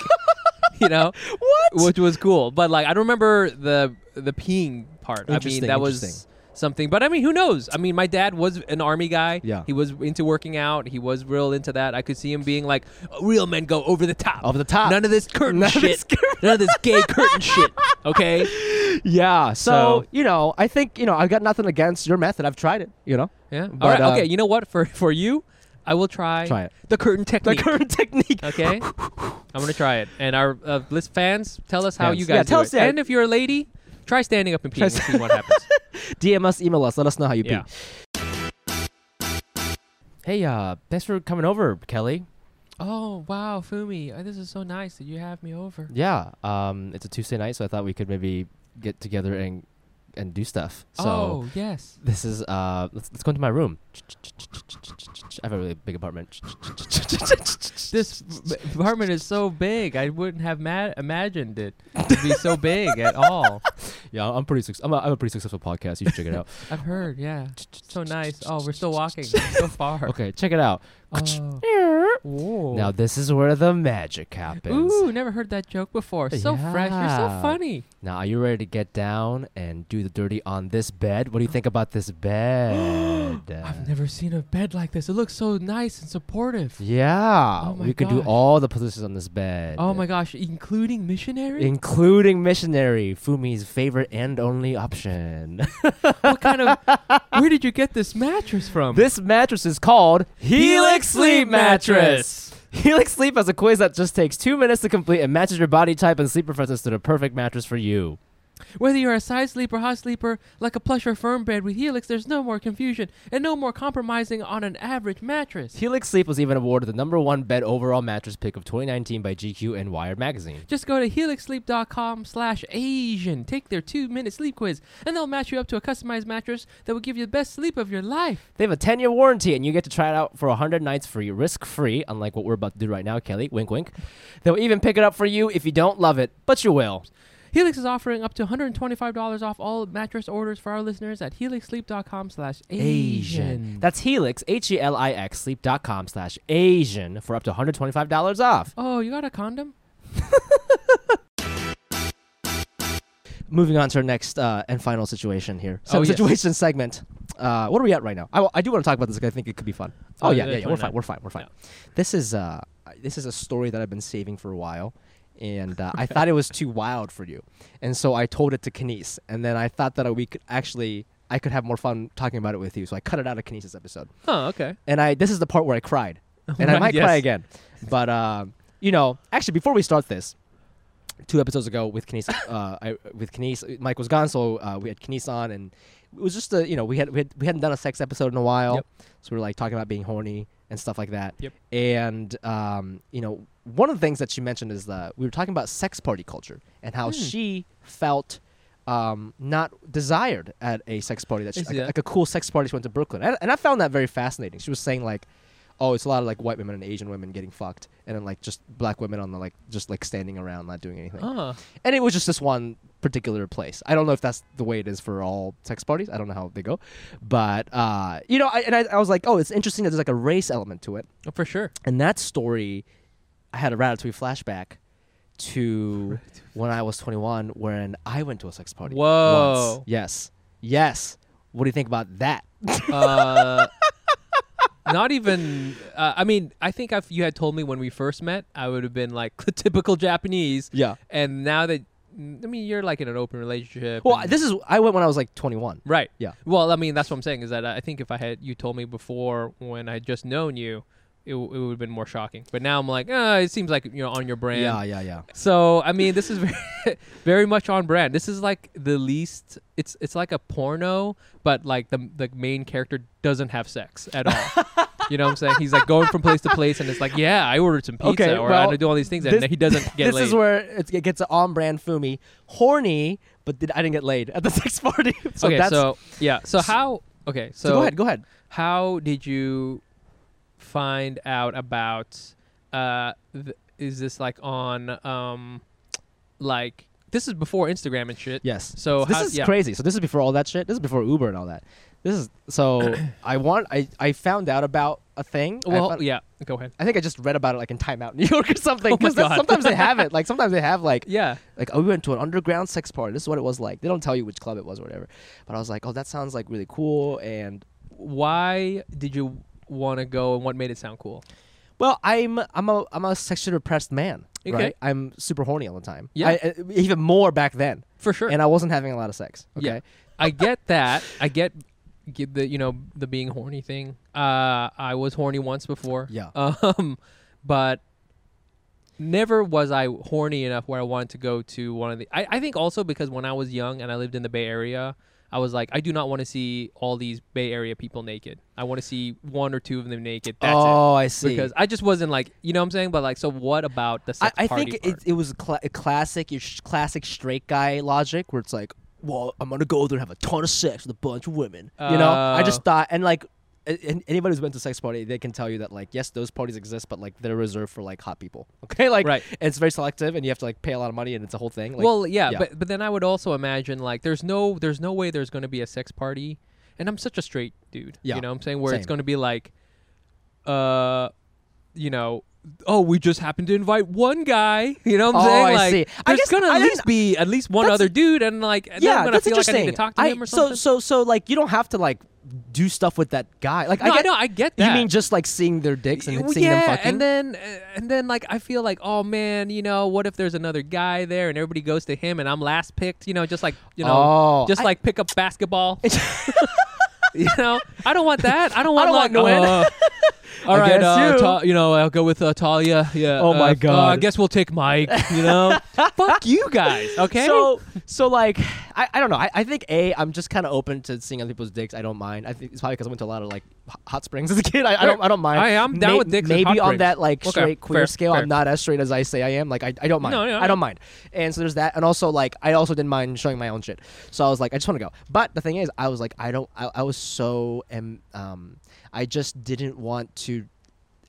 B: you know,
A: what
B: which was cool. But like, I don't remember the the peeing part. I mean,
A: Interesting,
B: that was
A: interesting.
B: something. But I mean, who knows? I mean, my dad was an army guy.
A: Yeah.
B: he was into working out. He was real into that. I could see him being like, real men go over the top,
A: Over the top.
B: None of this curtain
A: None of
B: shit.
A: this
B: none of this gay curtain shit. Okay.
A: yeah so,
B: So-
A: you know i think you know i've got nothing against your method i've tried it you know
B: Yeah.
A: But,
B: All right.
A: uh,
B: okay. You know what? For for you, I will try
A: Try it.
B: the curtain
A: the
B: technique.
A: current technique
B: okay. I'm gonna try it. And our uh, list fans, tell us how
A: Fans.
B: you guys
A: Yeah, tell
B: do
A: us
B: it.
A: that.
B: And if you're a lady, try standing up and peeing and see what happens.
A: dm us email us let us know how you
B: Yeah.
A: pee
C: Hey, uh, thanks for coming over, Kelly.
B: Oh wow, Fumi, uh, this is so nice that you have me over.
C: Yeah, um, it's a Tuesday night, so I thought we could maybe get together and and do stuff. So
B: oh yes.
C: this is uh, let's, let's go into my room. I have a really big apartment.
B: This b- apartment is so big. I wouldn't have ma- imagined it to be so big at all.
C: Yeah, I'm pretty. Suc- I'm, a, I'm a pretty successful podcast. You should check it out.
B: I've heard, yeah. So nice. Oh, we're still walking so far.
C: Okay, check it out.
B: Oh. Whoa.
C: Now this is where the magic happens.
B: Ooh, never heard that joke before. So fresh. You're so
C: Yeah.
B: funny.
C: Now are you ready to get down and do the dirty on this bed? What do you think about this bed?
B: I've never seen a bed like this. It looks so nice and supportive.
C: yeah,
B: Oh my
C: we can do
B: gosh.
C: all the positions on this bed.
B: Oh my gosh, including missionary?
C: including missionary, Fumi's favorite and only option.
B: what kind of Where did you get this mattress from?
C: this mattress is called Helix Sleep Mattress. Helix Sleep has a quiz that just takes two minutes to complete and matches your body type and sleep preferences to the perfect mattress for you.
B: Whether you're a side sleeper, hot sleeper, like a plush or firm bed with Helix, there's no more confusion and no more compromising on an average mattress.
A: Helix Sleep was even awarded the number one bed overall mattress pick of 2019 by GQ and Wired magazine.
B: Just go to helixsleep.com slash Asian, take their two-minute sleep quiz, and they'll match you up to a customized mattress that will give you the best sleep of your life.
A: They have a 10 year warranty, and you get to try it out for 100 nights free, risk free, unlike what we're about to do right now, Kelly. Wink, wink. They'll even pick it up for you if you don't love it, but you will.
B: Helix is offering up to $125 off all mattress orders for our listeners at helixsleep.com slash Asian.
A: That's Helix, H E L I X, sleep.com slash Asian for up to $125 off.
B: Oh, you got a condom?
A: Moving on to our next uh, and final situation here. So,
B: Oh, yes.
A: situation segment. Uh, what are we at right now? I, I do want to talk about this 'cause I think it could be fun. Oh,
B: Oh,
A: yeah,
B: yeah,
A: yeah, yeah. We're fine.
B: 29.
A: We're fine. We're fine. This is uh, this is a story that I've been saving for a while, and uh, I thought it was too wild for you, and so I told it to Kines, and then I thought that we could actually I could have more fun talking about it with you, so I cut it out of Kinesis episode,
B: Oh, okay.
A: and I this is the part where I cried, and I
B: Right,
A: might cry
B: yes.
A: again, but uh, you know, actually before we start this. Two episodes ago with Kines, uh, I, with Kines, Mike was gone, so uh, we had Kines on, and it was just a you know we had we, had, we hadn't done a sex episode in a while,
B: Yep.
A: so we were like talking about being horny and stuff like that.
B: Yep.
A: And um, you know, one of the things that she mentioned is that we were talking about sex party culture and
B: Hmm.
A: how she felt um, not desired at a sex party that she,
B: Is
A: like,
B: that-
A: like a cool sex party she went to Brooklyn, and, and I found that very fascinating. She was saying like. Oh, it's a lot of like white women and Asian women getting fucked, and then like just black women on the like just like standing around not doing anything
B: Oh,
A: and it was just this one particular place. I don't know if that's the way it is for all sex parties. I don't know how they go, but uh, you know, I, and I, I was like, oh, it's interesting that there's like a race element to it.
B: Oh, for sure.
A: And that story, I had a Ratatouille flashback to when I was 21, when I went to a sex party.
B: Whoa.
A: once. Yes, yes. What do you think about that?
B: Uh, not even. Uh, I mean, I think if you had told me when we first met, I would have been like typical Japanese.
A: Yeah.
B: And now that, I mean, you're like in an open relationship.
A: Well,
B: and-
A: this is I went when I was like 21.
B: right.
A: Yeah.
B: Well, I mean, that's what I'm saying is that I think if I had you told me before when I had just known you, it, w- it would have been more shocking. But now I'm like, ah, it seems like you're on your brand.
A: Yeah, yeah, yeah.
B: So I mean, this is very, very much on brand. This is like the least. It's it's like a porno, but like the the main character doesn't have sex at all. you know what I'm saying? He's like going from place to place, and it's like, yeah, I ordered some pizza,
A: Okay,
B: or
A: well,
B: I'm gonna do all these things, and
A: this-
B: he doesn't get
A: this
B: laid.
A: is where it's, it gets an on-brand Fumi, horny, but did, I didn't get laid at the sex party. so
B: okay,
A: that's,
B: so yeah, so how? Okay, so,
A: so go ahead, go ahead.
B: How did you find out about? Uh, th- is this like on um, like this is before Instagram and shit?
A: Yes.
B: So
A: this
B: how-
A: is
B: yeah.
A: crazy. So this is before all that shit. This is before Uber and all that. This is so I want I I found out about a thing. I
B: Well,
A: found-
B: yeah. Go ahead.
A: I think I just read about it like in Time Out New York or something.
B: Oh my
A: 'cause that's-
B: God.
A: sometimes they have it. Like sometimes they have like
B: Yeah.
A: like oh we went to an underground sex party. This is what it was like. They don't tell you which club it was or whatever. But I was like, oh that sounds like really cool. And
B: Why did you want to go and what made it sound cool?
A: well, I'm I'm a I'm a sexually repressed man.
B: Okay.
A: Right? I'm super horny all the time.
B: Yeah.
A: I- I- even more back then.
B: For sure.
A: And I wasn't having a lot of sex. Okay.
B: Yeah. I get that. I get get the you know the being horny thing. Uh I was horny once before.
A: Yeah.
B: Um but never was I horny enough where I wanted to go to one of the I, I think also because when I was young and I lived in the Bay Area, I was like, I do not want to see all these Bay Area people naked. I want to see one or two of them naked. That's it.
A: oh, I see.
B: Because I just wasn't like, you know what I'm saying? But like, so what about the
A: I,
B: sex
A: I
B: party
A: think
B: part?
A: it, it was cla- a classic, your sh- classic straight guy logic, where it's like, "Well, I'm gonna go there and have a ton of sex with a bunch of women." you know, I just
B: Oh.
A: thought, and like, a- and anybody who's been to a sex party, they can tell you that like, yes, those parties exist, but like they're reserved for like hot people. Okay, like,
B: Right.
A: and it's very selective, and you have to like pay a lot of money, and it's a whole thing. Like,
B: well, yeah,
A: yeah.
B: but but then I would also imagine like there's no there's no way there's going to be a sex party, and I'm such a straight dude.
A: Yeah,
B: you know what I'm saying where
A: same.
B: it's going to be like, uh, you know. Oh, we just happened to invite one guy. You know what I'm
A: Oh,
B: saying?
A: I
B: Like,
A: see. I
B: there's
A: guess-
B: gonna
A: I
B: at least
A: didn't-
B: be at least one
A: that's-
B: other dude, and like, and then
A: yeah,
B: I'm gonna
A: that's
B: feel like I
A: interesting.
B: need to talk to him or
A: so
B: something.
A: so so like you don't have to like do stuff with that guy. Like
B: No,
A: I
B: I
A: get,
B: know, I get
A: You
B: that.
A: mean just like seeing their dicks and
B: Well,
A: seeing
B: yeah,
A: them fucking?
B: and then uh, and then like I feel like oh man, you know what if there's another guy there and everybody goes to him and I'm last picked, you know, just like you know,
A: Oh,
B: just
A: I-
B: like pick up basketball. you know, I don't want that. I don't want
A: don't want
B: like
A: no
B: uh, All
A: I
B: right,
A: guess
B: uh,
A: you.
B: Ta- you know, I'll go with uh, Talia. Yeah.
A: Oh
B: uh,
A: my
B: uh, I
A: God.
B: guess we'll take Mike. You know, fuck you guys. Okay.
A: So, so like, I, I don't know. I, I think a I'm just kind of open to seeing other people's dicks. I don't mind. I think it's probably because I went to a lot of like h- hot springs as a kid. I, I don't I don't mind.
B: I am down
A: May-
B: with dicks and
A: Maybe
B: hot
A: on
B: springs.
A: that like
B: Okay,
A: straight queer
B: fair,
A: scale,
B: fair.
A: I'm not as straight as I say I am. Like I, I don't mind.
B: No, yeah,
A: I don't
B: yeah.
A: mind. And so there's that. And also like I also didn't mind showing my own shit. So I was like I just want to go. But the thing is, I was like I don't. I, I was so um, um I just didn't want to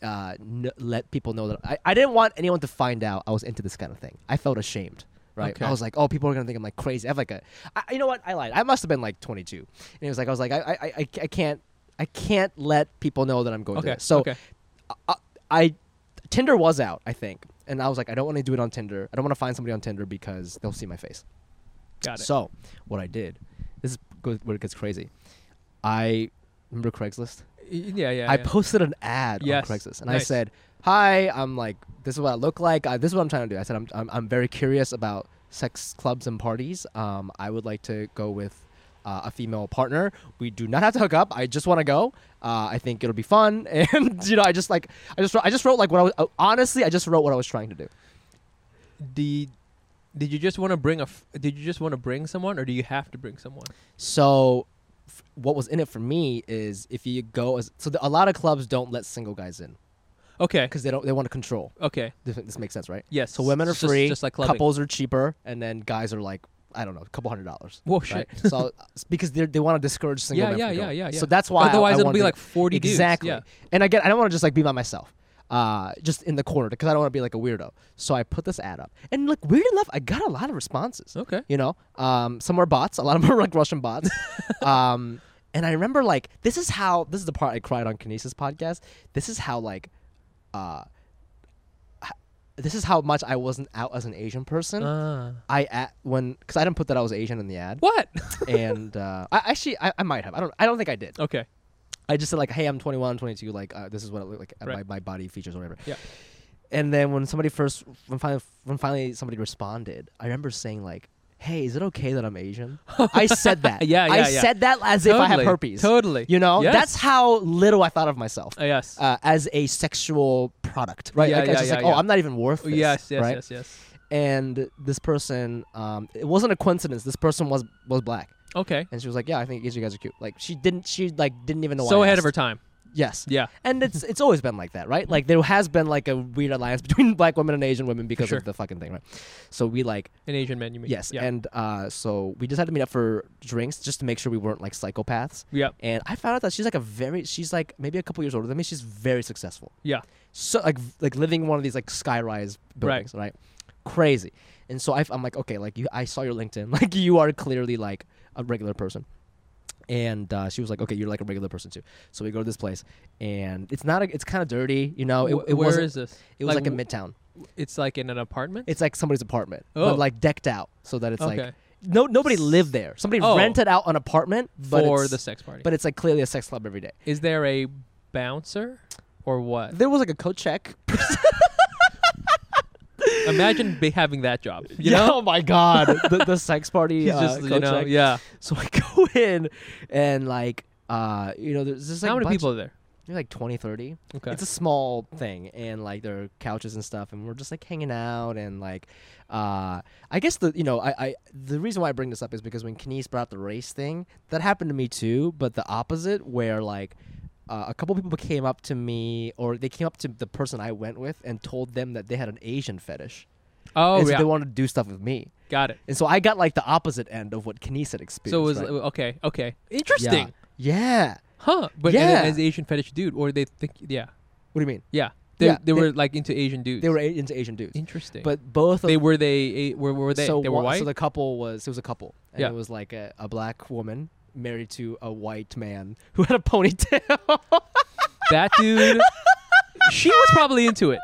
A: uh, n- let people know that I, I didn't want anyone to find out I was into this kind of thing. I felt ashamed. Right,
B: Okay.
A: I was like, "Oh, people are gonna think I'm like crazy." I have like a, I, you know what? I lied. I must have been like 22, and it was like I was like, I, I, I, I can't, I can't let people know that I'm going.
B: Okay,
A: To this. So,
B: okay.
A: I, I, Tinder was out, I think, and I was like, I don't want to do it on Tinder. I don't want to find somebody on Tinder because they'll see my face.
B: Got it.
A: So, what I did, this is go- where it gets crazy. I remember Craigslist.
B: yeah, yeah.
A: I
B: yeah.
A: posted an ad
B: Yes.
A: on Craigslist, and I
B: Nice.
A: said, "Hi, I'm like this is what I look like. Uh, this is what I'm trying to do." I said, "I'm I'm, I'm very curious about sex clubs and parties. Um, I would like to go with." Uh, a female partner. We do not have to hook up. I just want to go. Uh, I think it'll be fun, and you know, I just like, I just, wrote- I just wrote like what I was. uh, honestly, I just wrote what I was trying to do.
B: did did you just want to bring a f- did you just want to bring someone or do you have to bring someone
A: So, f- what was in it for me is if you go as so, the, a lot of clubs don't let single guys in
B: okay
A: because they don't. They want to control.
B: okay
A: This, this makes sense, right?
B: yes
A: So women are
B: Just-
A: free.
B: just like clubbing.
A: couples are cheaper, and then guys are like I don't know, a couple hundred dollars.
B: Whoa,
A: right? so it's because they they want to discourage single
B: Oh, Yeah,
A: men.
B: yeah,
A: from
B: yeah,
A: going.
B: yeah, yeah.
A: So that's why. I- I
B: Otherwise it'll
A: wanted
B: be
A: to-
B: like 40 dudes,
A: exactly.
B: yeah.
A: And again, I don't want to just like be by myself. Uh, just in the corner because I don't want to be like a weirdo. So I put this ad up, and like weird enough, I got a lot of responses.
B: Okay.
A: you know, um, some are bots. A lot of them are like Russian bots. um, and I remember like this is how this is the part I cried on Kinesis podcast. This is how like uh, h- this is how much I wasn't out as an Asian person.
B: Ah.
A: I at when because I didn't put that I was Asian in the ad.
B: what
A: and uh, I actually I, I might have. I don't I don't think I did.
B: okay
A: I just said like, hey, I'm 21, 22. Like uh, this is what it looked like uh,
B: Right.
A: my, my body features or whatever.
B: Yeah.
A: And then when somebody first when finally when finally somebody responded, I remember saying like. Hey, is it okay that I'm Asian? I said that.
B: Yeah, yeah,
A: I
B: yeah.
A: said that as if I have
B: Totally,
A: herpes.
B: totally.
A: You know,
B: Yes.
A: that's how little I thought of myself
B: Uh, yes
A: uh, as a sexual product, right?
B: Yeah,
A: like, I
B: yeah,
A: was just
B: yeah,
A: like,
B: yeah.
A: oh, I'm not even worth this.
B: yes yes
A: right?
B: yes yes
A: and this person um, it wasn't a coincidence this person was was black
B: okay
A: and she was like yeah i think you guys are cute like she didn't she like didn't even know
B: so
A: I
B: ahead of her
A: asked.
B: time
A: yes
B: yeah
A: and it's
B: Mm-hmm.
A: it's always been like that right like there has been like a weird alliance between black women and asian women because
B: Sure.
A: of the fucking thing right so we like
B: an asian man you mean
A: yes
B: yeah
A: and uh so we decided to meet up for drinks just to make sure we weren't like psychopaths
B: Yep.
A: and i found out that she's like a very she's like maybe a couple years older than me she's very successful
B: yeah
A: so like v- like living in one of these like skyrise buildings, right? Crazy. And so I, am like, okay, like you, I saw your LinkedIn, like you are clearly like a regular person. And uh, she was like, okay, you're like a regular person too. So we go to this place, and it's not, a, it's kind of dirty, you know. Oh, It,
B: Wh-
A: it
B: where
A: wasn't-
B: is this
A: It was like, in
B: w-
A: Midtown.
B: it's like in an apartment
A: It's like somebody's apartment,
B: Oh.
A: but like decked out, so that it's
B: Okay.
A: like no nobody lived there. Somebody
B: Oh.
A: rented out an apartment but
B: for
A: it's-
B: the sex party
A: but it's like clearly a sex club every day.
B: is there a bouncer or what
A: There was like a coat check
B: imagine be having that job you
A: Yeah,
B: know
A: oh my god, the, the sex party.
B: He's
A: uh,
B: just you
A: coat
B: know
A: check.
B: yeah
A: So I go in and like, uh, you know, there's just like
B: how many
A: bunch-
B: people are there
A: Maybe like 20, 30.
B: okay
A: It's a small thing, and like there are couches and stuff, and we're just like hanging out, and like, uh, I guess the you know I, I the reason why I bring this up is because when Kines brought up the race thing, that happened to me too, but the opposite, where like. Uh, a couple people came up to me, or they came up to the person I went with, and told them that they had an Asian fetish,
B: oh
A: and so
B: yeah
A: they wanted to do stuff with me.
B: got it
A: And so I got like the opposite end of what Kinesis had experienced.
B: so it was uh,
A: right?
B: okay okay
A: yeah.
B: interesting
A: Yeah.
B: Huh? But and then
A: Yeah.
B: as Asian fetish dude, or they think yeah,
A: What do you mean?
B: yeah, they
A: Yeah, they-
B: they, were like into Asian dudes.
A: They were a- into Asian dudes.
B: interesting,
A: But both of
B: they were they a- were were they
A: so
B: they were
A: one-
B: white.
A: So the couple was it was a couple, and
B: Yeah.
A: it was like a, a black woman married to a white man who had a ponytail.
B: that dude, she was probably into it.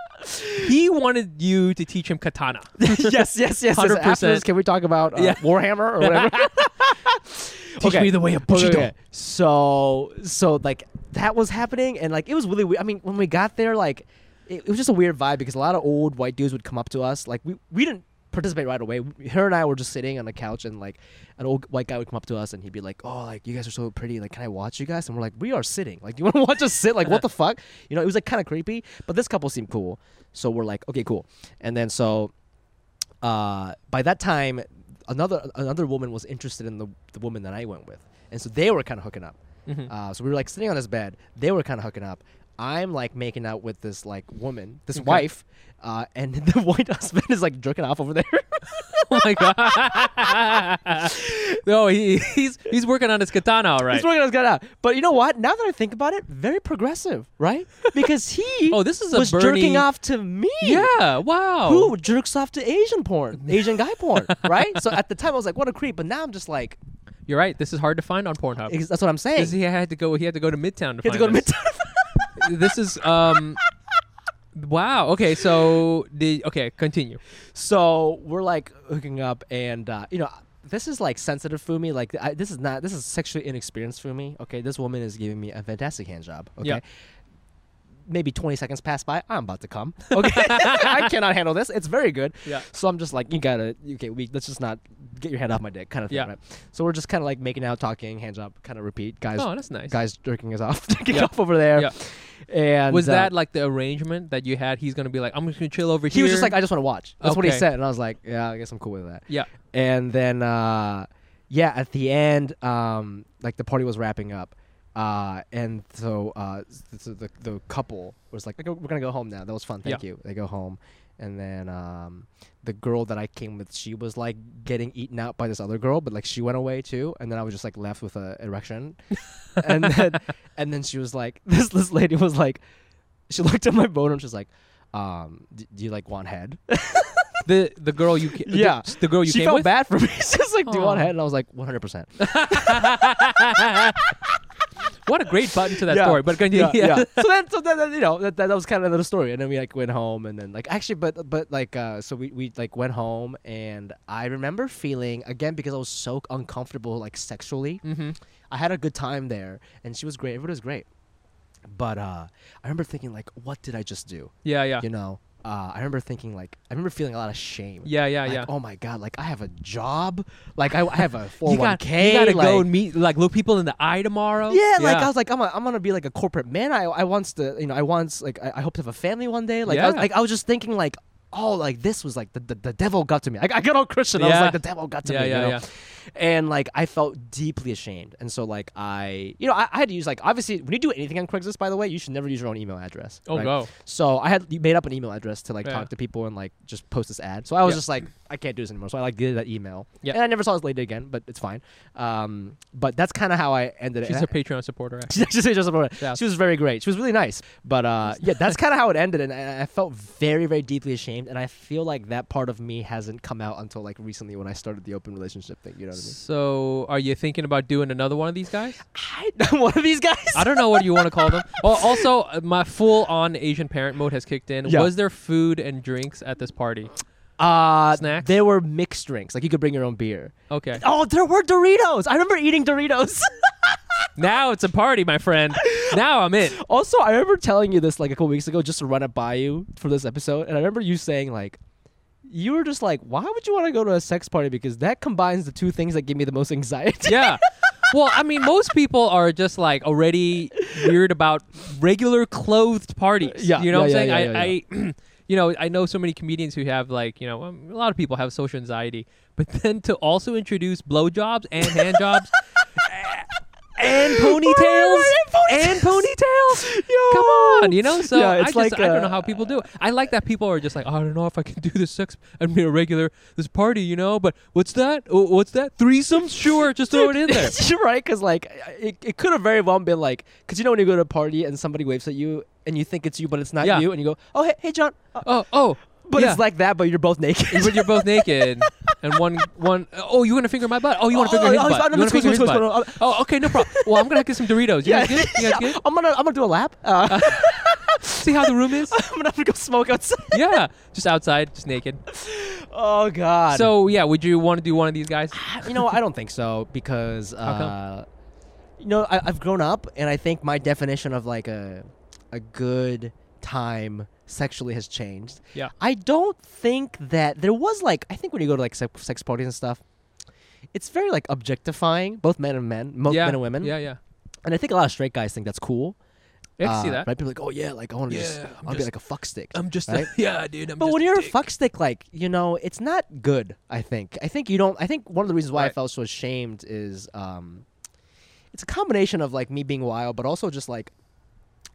B: He wanted you to teach him katana.
A: yes, yes, yes. yes. After
B: 100%.
A: this, can we talk about uh,
B: Yeah.
A: Warhammer or whatever?
B: Teach me the way of
A: Okay,
B: bushido.
A: okay. So so like that was happening, and like it was really weird. I mean, when we got there, like it, it was just a weird vibe because a lot of old white dudes would come up to us. Like we we didn't participate right away. Her and I were just sitting on a couch, and like an old white guy would come up to us, and he'd be like, "Oh, like you guys are so pretty. Like, can I watch you guys?" And we're like, "We are sitting. Like, do you want to watch us sit? Like, what the fuck?" You know, it was like kind of creepy. But this couple seemed cool, so we're like, "Okay, cool." And then so uh, by that time, another another woman was interested in the, the woman that I went with, and so they were kind of hooking up.
B: Mm-hmm.
A: Uh, so we were like sitting on this bed. They were kind of hooking up. I'm like making out with this like woman, this wife, uh, and the white husband is like jerking off over there.
B: oh my god! no, he, he's he's working on his katana, all right.
A: He's working on his gun out. But you know what? Now that I think about it, very progressive, right? Because he
B: Oh, this is a
A: was
B: Bernie-
A: jerking off to me.
B: yeah, wow.
A: Who jerks off to Asian porn, Asian guy porn, right? So at the time I was like, what a creep. But now I'm just like,
B: You're right. This is hard to find on Pornhub.
A: ex- that's what I'm saying.
B: Because he had to go. He had to go to
A: He
B: Midtown to find
A: had to go to
B: this.
A: Midtown.
B: this is um. Wow. Okay. So the okay. Continue.
A: So we're like hooking up, and uh, you know, this is like sensitive for me. Like I, this is not this is sexually inexperienced for me. Okay, this woman is giving me a fantastic hand job. Okay.
B: Yeah.
A: Maybe 20 seconds pass by. I'm about to come. Okay, I cannot handle this. It's very good.
B: Yeah.
A: So I'm just like, you gotta. Okay, we let's just not get your head off my dick, kind of thing.
B: Yeah.
A: Right? So we're just kind of like making out, talking, hand job, kind of repeat. Guys,
B: Oh, that's nice.
A: guys jerking us off, jerking
B: Yeah.
A: off over there.
B: Yeah.
A: And
B: Was
A: uh,
B: that like the arrangement that you had? He's gonna be like, I'm just gonna chill over here.
A: he was just like, I just want to watch. That's what he
B: Okay.
A: said, and I was like, yeah, I guess I'm cool with that.
B: yeah.
A: and then uh yeah at the end um like the party was wrapping up uh and so uh s- so the, the couple was like "Okay, we're gonna go home now that was fun thank
B: Yeah.
A: you they go home and then um the girl that i came with she was like getting eaten out by this other girl but like she went away too and then i was just like left with a erection and then and then she was like this this lady was like she looked at my bone and she's like um d- do you like want head
B: The the girl you ca-
A: Yeah.
B: the, the girl you
A: she
B: came
A: felt
B: with.
A: bad for me. She's like, "Do you want
B: Aw.
A: head?" And I was like, "100%."
B: What a great button to that story. But continue.
A: yeah. so then, so then, then, you know, that, that, that was kind of the story. And then we like went home, and then like actually, but but like, uh, so we we like went home, and I remember feeling again because I was so uncomfortable, like sexually.
B: Mm.
A: Mm-hmm. I had a good time there, and she was great. Everybody was great, but uh, I remember thinking like, "What did I just do?"
B: yeah, yeah.
A: You know. Uh, I remember thinking like I remember feeling a lot of shame.
B: Yeah, yeah,
A: Like,
B: yeah.
A: Oh my god! Like I have a job. Like I, I have a four
B: You
A: hundred one
B: got
A: k.
B: you gotta go and meet like look people in the eye tomorrow.
A: Yeah, like I was like, I'm, a, I'm gonna be like a corporate man. I, I wants to, you know, I wants like I, I hope to have a family one day. Like, I was,
B: Yeah.
A: like I was just thinking like, oh, like this was like the the, the devil got to me. I, I got all Christian. I was
B: Yeah.
A: like, the devil got to
B: Yeah,
A: me.
B: yeah,
A: you know?
B: yeah.
A: And like I felt deeply ashamed, and so like I, you know, I, I had to use like obviously when you do anything on Craigslist, by the way, you should never use your own email address.
B: Oh,
A: right?
B: no.
A: So I had made up an email address to like
B: Yeah.
A: talk to people and like just post this ad. So I was
B: Yeah.
A: just like, I can't do this anymore. So I like did that email.
B: Yeah.
A: And I never saw this lady again, but it's fine. Um, but that's kind of how I ended it.
B: She's
A: And
B: a Patreon supporter. actually.
A: she actually just about it.
B: Yeah.
A: She was very great. She was really nice. But uh, yeah, that's kind of how it ended, and I, I felt very, very deeply ashamed. And I feel like that part of me hasn't come out until like recently when I started the open relationship thing. You know what
B: So, are you thinking about doing another one of these guys?
A: I mean? I, one of these guys.
B: I don't know what you want to call them. Oh, also, uh, my full-on Asian parent mode has kicked in.
A: Yeah.
B: Was there food and drinks at this party?
A: Uh,
B: Snacks?
A: There were mixed drinks. Like you could bring your own beer.
B: Okay.
A: Oh, there were Doritos. I remember eating Doritos.
B: Now it's a party, my friend. Now I'm in.
A: also, I remember telling you this like a couple weeks ago just to run it by you for this episode, and I remember you saying like. You were just like, why would you want to go to a sex party? Because that combines the two things that give me the most anxiety.
B: Yeah. Well, I mean, most people are just like already weird about regular clothed parties.
A: Yeah,
B: You know what I'm
A: yeah,
B: saying?
A: yeah,
B: I,
A: yeah,
B: I you know, I know so many comedians who have like, you know, um, a lot of people have social anxiety, but then to also introduce blowjobs and handjobs and
A: Oh
B: ponytails and ponytails. Come on, you know. So
A: Yeah,
B: I
A: it's
B: just
A: like,
B: I don't know
A: uh,
B: how people do it. I like that people are just like, I don't know if I can do this sex. I mean, a regular this party, you know. But what's that? Oh, What's that? Threesomes? Sure, just throw it in there.
A: You're right, because like it, it could have very well been like, because you know when you go to a party and somebody waves at you and you think it's you, but it's not
B: Yeah.
A: you, and you go, oh hey, hey John, Uh,
B: Oh, oh,
A: but
B: yeah.
A: it's like that, but you're both naked.
B: but you're both naked. And one, one, oh, you want to finger my butt? Oh, you want to
A: Oh,
B: finger his
A: oh, oh,
B: butt?
A: I'm
B: You wanna
A: squeeze,
B: finger his
A: squeeze,
B: butt?
A: squeeze,
B: Oh, okay, no problem. Well, I'm gonna get some Doritos. You guys good? You guys good?
A: I'm gonna I'm gonna do a lap. Uh,
B: See how the room is?
A: I'm gonna have to go smoke outside.
B: Yeah, just outside, just naked.
A: Oh God.
B: So yeah, would you want to do one of these guys?
A: you know, I don't think so because
B: come?
A: uh, you know I, I've grown up, and I think my definition of like a a good time sexually has changed.
B: Yeah.
A: I don't think that there was like I think when you go to like sex, sex parties and stuff, it's very like objectifying, both men and men, both
B: yeah.
A: men and women.
B: Yeah, yeah.
A: And I think a lot of straight guys think that's cool.
B: Yeah, I can see
A: Uh,
B: that.
A: Right? People are like, oh yeah, like I want to just,
B: Yeah,
A: I
B: I'm
A: want to be
B: just-
A: like a fuck stick.
B: I'm just
A: right?
B: a, yeah, dude. I'm
A: But
B: just
A: when
B: a
A: you're a
B: dick.
A: fuck stick, like you know, it's not good. I think. I think you don't. I think one of the reasons why I
B: Right.
A: felt so ashamed is, um, it's a combination of like me being wild, but also just like,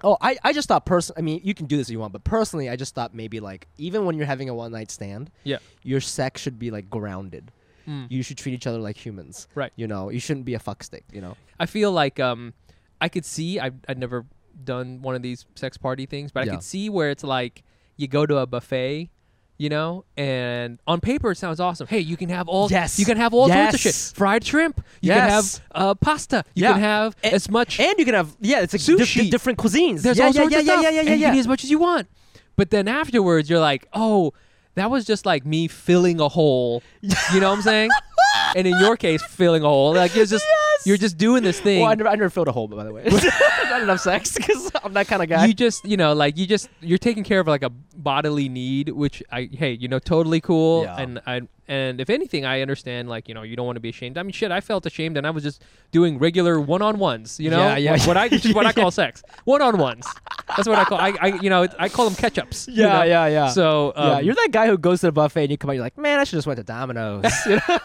A: oh, I, I just thought person. I mean, you can do this if you want, but personally, I just thought maybe like even when you're having a one night stand,
B: Yeah. Mm.
A: your sex should be like grounded. You should treat each other like humans.
B: Right.
A: You know, you shouldn't be a fuck stick. You know.
B: I feel like um, I could see I've, I've never done one of these sex party things, but I
A: Yeah.
B: could see where it's like you go to a buffet, you know, and on paper it sounds awesome. Hey, you can have all
A: Yes.
B: you can have all sorts of shit:
A: Yes.
B: fried shrimp, you
A: Yes.
B: can have uh, pasta, you
A: Yeah.
B: can have
A: And-
B: as much.
A: And you can have yeah, it's like di- di-
B: Sushi.
A: different cuisines.
B: there's
A: yeah,
B: all
A: yeah,
B: sorts
A: yeah,
B: of
A: yeah,
B: stuff,
A: yeah, yeah, yeah,
B: and you
A: yeah.
B: can eat as much as you want. But then afterwards, you're like, oh, that was just like me filling a hole. You know what I'm saying? and in your case, filling a hole, like you're just you're just doing this thing.
A: Well, I never, I never filled a hole, by the way. not enough sex because I'm that kind of guy.
B: you just you know like you just you're taking care of like a bodily need which i hey you know totally cool
A: Yeah.
B: and i and if anything i understand like you know you don't want to be ashamed i mean shit i felt ashamed and i was just doing regular one-on-ones you know
A: Yeah, yeah,
B: what, what i which is what i call sex one-on-ones that's what i call i, I you know i call them catch-ups you
A: Yeah,
B: know?
A: yeah, yeah.
B: so um,
A: yeah, you're that guy who goes to the buffet and you come out, you're like, man, I should just went to Domino's. You know?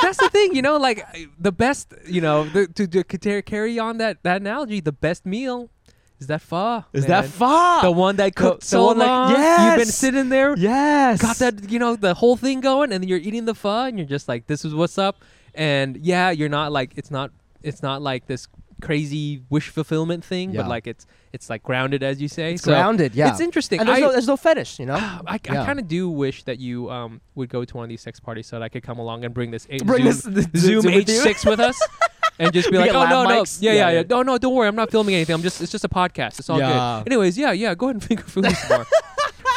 B: that's the thing you know like I- the best you know the, to, to ca- carry on that that analogy the best meal is that far man.
A: far?
B: the one that cooked
A: the
B: so
A: one that-
B: long you've been
A: Yes.
B: sitting there
A: yes.
B: got that you know the whole thing going and then you're eating the pho and you're just like this is what's up and yeah you're not like it's not it's not like this crazy wish fulfillment thing
A: Yeah.
B: but like it's it's like grounded as you say so
A: grounded. Yeah,
B: it's interesting
A: And there's,
B: I,
A: no, there's no fetish, you know.
B: I,
A: Yeah.
B: kind of do wish that you um, would go to one of these sex parties so that I could come along and bring this a-
A: Bring
B: Zoom,
A: this- this
B: Zoom
A: Zoom with you.
B: H6 with us and just be
A: We
B: like,
A: get
B: oh
A: lav
B: no, no,
A: mics.
B: yeah,
A: Yeah,
B: yeah,
A: yeah.
B: yeah, no, no, don't worry, I'm not filming anything. I'm just it's just a podcast. It's all
A: Yeah.
B: good. Anyways, yeah, yeah, go ahead and finger Fumi some more.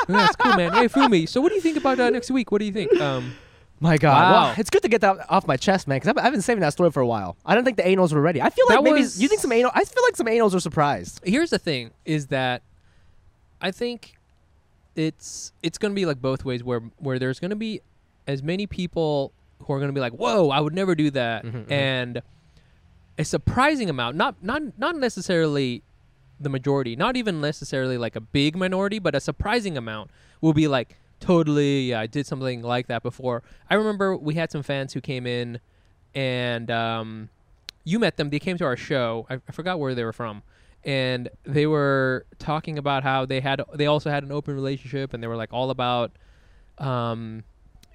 B: yeah, it's cool, man. Hey, Fumi, so what do you think about uh, next week? What do you think? Um,
A: My God,
B: Wow.
A: wow. it's good to get that off my chest, man. Because I've, I've been saving that story for a while. I don't think the anals were ready. I feel like
B: That
A: maybe
B: was-
A: you think some anal. I feel like some anals are surprised.
B: here's the thing is that I think it's it's going to be like both ways where where there's going to be as many people who are going to be like, "Whoa, I would never do that."
A: Mm-hmm,
B: And a surprising amount, not not not necessarily the majority, not even necessarily like a big minority, but a surprising amount will be like, "Totally, yeah, I did something like that before." I remember we had some fans who came in and um you met them. They came to our show. I, I forgot where they were from, and they were talking about how they had they also had an open relationship, and they were like all about, um,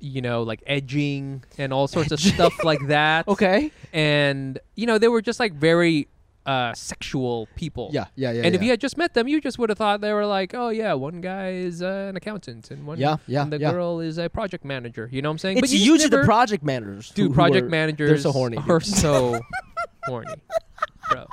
B: you know, like edging and all sorts of stuff like that.
A: Okay.
B: and you know they were just like very uh sexual people.
A: Yeah, yeah, yeah,
B: And if
A: yeah.
B: you had just met them, you just would have thought they were like, oh yeah, one guy is uh, an accountant, and one
A: Yeah, yeah,
B: and the
A: yeah.
B: girl is a project manager. You know what I'm saying?
A: It's
B: you just
A: usually the
B: never-
A: project managers. who-
B: dude
A: who
B: project
A: are-
B: managers
A: They're so horny. dude.
B: are so horny bro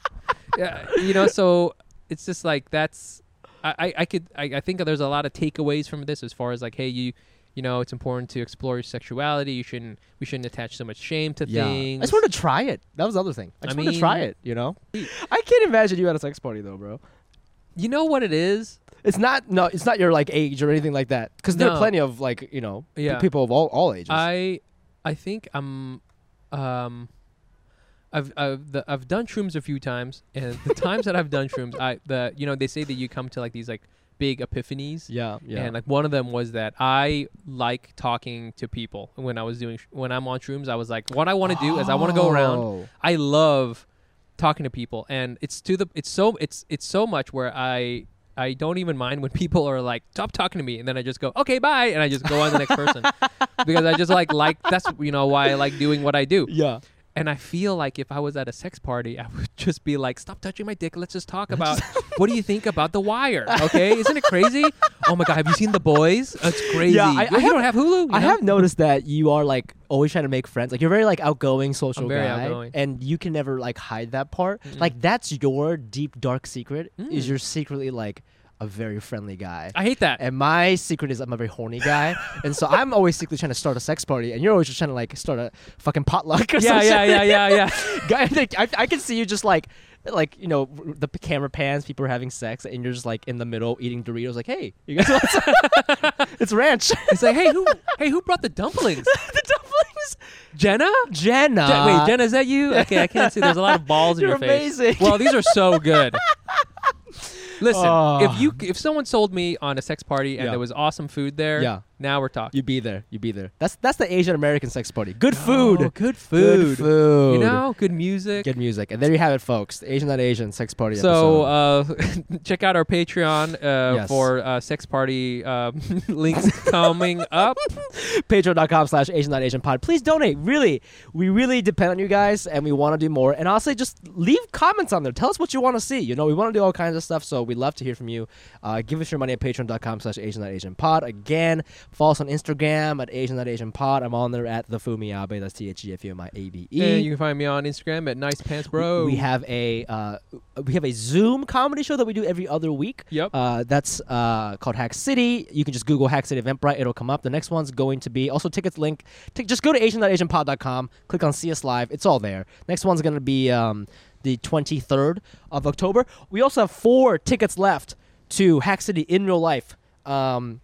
B: yeah you know so it's just like that's i i, I could I, I think there's a lot of takeaways from this as far as like hey you you know it's important to explore your sexuality you shouldn't we shouldn't attach so much shame to
A: Yeah.
B: things
A: I just wanted to try it. That was the other thing. I
B: I
A: just wanted to try
B: mean-
A: it, you know? I can't imagine you at a sex party though, bro.
B: you know what it is
A: It's not no, it's not your like age or anything like that. Because there are
B: No.
A: plenty of like, you know, p-
B: Yeah.
A: people of all, all ages.
B: I I think I'm um I've I've, the, I've done shrooms a few times and the times that I've done shrooms I the you know they say that you come to like these like big epiphanies
A: yeah, yeah.
B: And like one of them was that I like talking to people. When I was doing sh- when I'm on shrooms, I was like, what I want to do is I want to go
A: Oh.
B: around. I love talking to people, and it's to the it's so it's it's so much where I I don't even mind when people are like stop talking to me, and then I just go okay bye, and I just go on to the next person because I just like like that's you know why I like doing what I do.
A: yeah.
B: And I feel like if I was at a sex party, I would just be like, "Stop touching my dick. Let's just talk about what do you think about The Wire? Okay, isn't it crazy? oh my god, have you seen The Boys? It's crazy.
A: Yeah, I- I
B: you
A: have-
B: don't have Hulu. you
A: I
B: know?
A: have noticed that you are like always trying to make friends. Like you're very like outgoing social
B: I'm very
A: guy,
B: outgoing.
A: and you can never like hide that part. Like that's your deep dark secret. Is you're secretly like a very friendly guy.
B: Mm. I hate that.
A: And my secret is I'm a very horny guy, and so I'm always secretly trying to start a sex party, and you're always just trying to like start a fucking potluck or
B: yeah,
A: something.
B: yeah, yeah, yeah, yeah.
A: Guy, like, I, I can see you just like like you know r- the p- camera pans, people are having sex, and you're just like in the middle eating Doritos. Like, hey, you guys, want some?" it's ranch.
B: It's like, hey, who, hey, who brought the dumplings?
A: the dumplings.
B: Jenna?
A: Jenna.
B: Je- wait, Jenna, is that you? Okay, I can't see. There's a lot of balls in
A: Uh, You're
B: your face.
A: amazing.
B: Well, these are so good. Listen,
A: Oh.
B: if you if someone sold me on a sex party and
A: Yeah.
B: there was awesome food there,
A: Yeah.
B: now we're talking.
A: You be there. You be there. That's that's the Asian American sex party. Good food.
B: Oh, good
A: Good
B: food.
A: food.
B: You know, good music.
A: Good music. And there you have it, folks. The Asian not Asian sex party.
B: So
A: episode.
B: uh, check out our Patreon uh,
A: Yes.
B: for uh, sex party um, links coming up.
A: patreon.com slash asian not asian pod please donate really we really depend on you guys and we want to do more and honestly just leave comments on there tell us what you want to see you know we want to do all kinds of stuff so we love to hear from you uh, give us your money at patreon.com slash asian not asian pod again follow us on instagram at asian not asian pod i'm on there at the fumiabe that's E t-h-e-f-u-m-i-a-b-e
B: And you can find me on Instagram at Nice Pants Bro.
A: we have a uh, we have a Zoom comedy show that we do every other week.
B: Yep.
A: Uh, that's uh, called Hack City. You can just Google Hack City Eventbrite; it'll come up. The next one's going to be also tickets link. T- just go to Asian.AsianPod.com, click on See Us Live. It's all there. Next one's going to be um, the 23rd of October. We also have four tickets left to Hack City in real life. Um,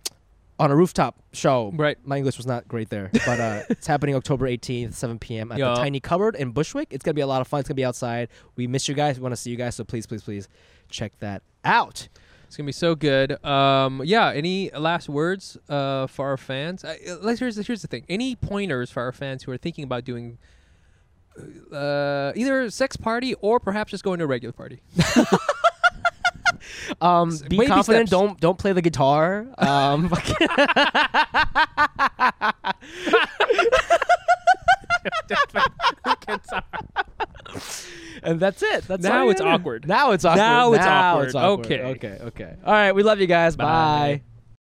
A: on a rooftop show.
B: Right.
A: My English was not great there, but uh, it's happening October 18th, 7 p.m. at
B: Yeah.
A: the Tiny Cupboard in Bushwick. It's gonna be a lot of fun. It's gonna be outside. We miss you guys. We want to see you guys. So please, please, please check that out.
B: It's gonna be so good. Um, yeah. Any last words uh, for our fans? I, uh, like, here's the, here's the thing. Any pointers for our fans who are thinking about doing uh, either a sex party or perhaps just going to a regular party?
A: Um, be
B: baby
A: confident.
B: steps.
A: Don't don't play the guitar. Um, fucking- and that's it. That's
B: Now
A: all you
B: it's
A: gotta do.
B: awkward.
A: Now it's awkward.
B: Now it's awkward.
A: it's awkward.
B: Okay.
A: Okay. Okay. All right. We love you guys.
B: Bye.
A: Bye.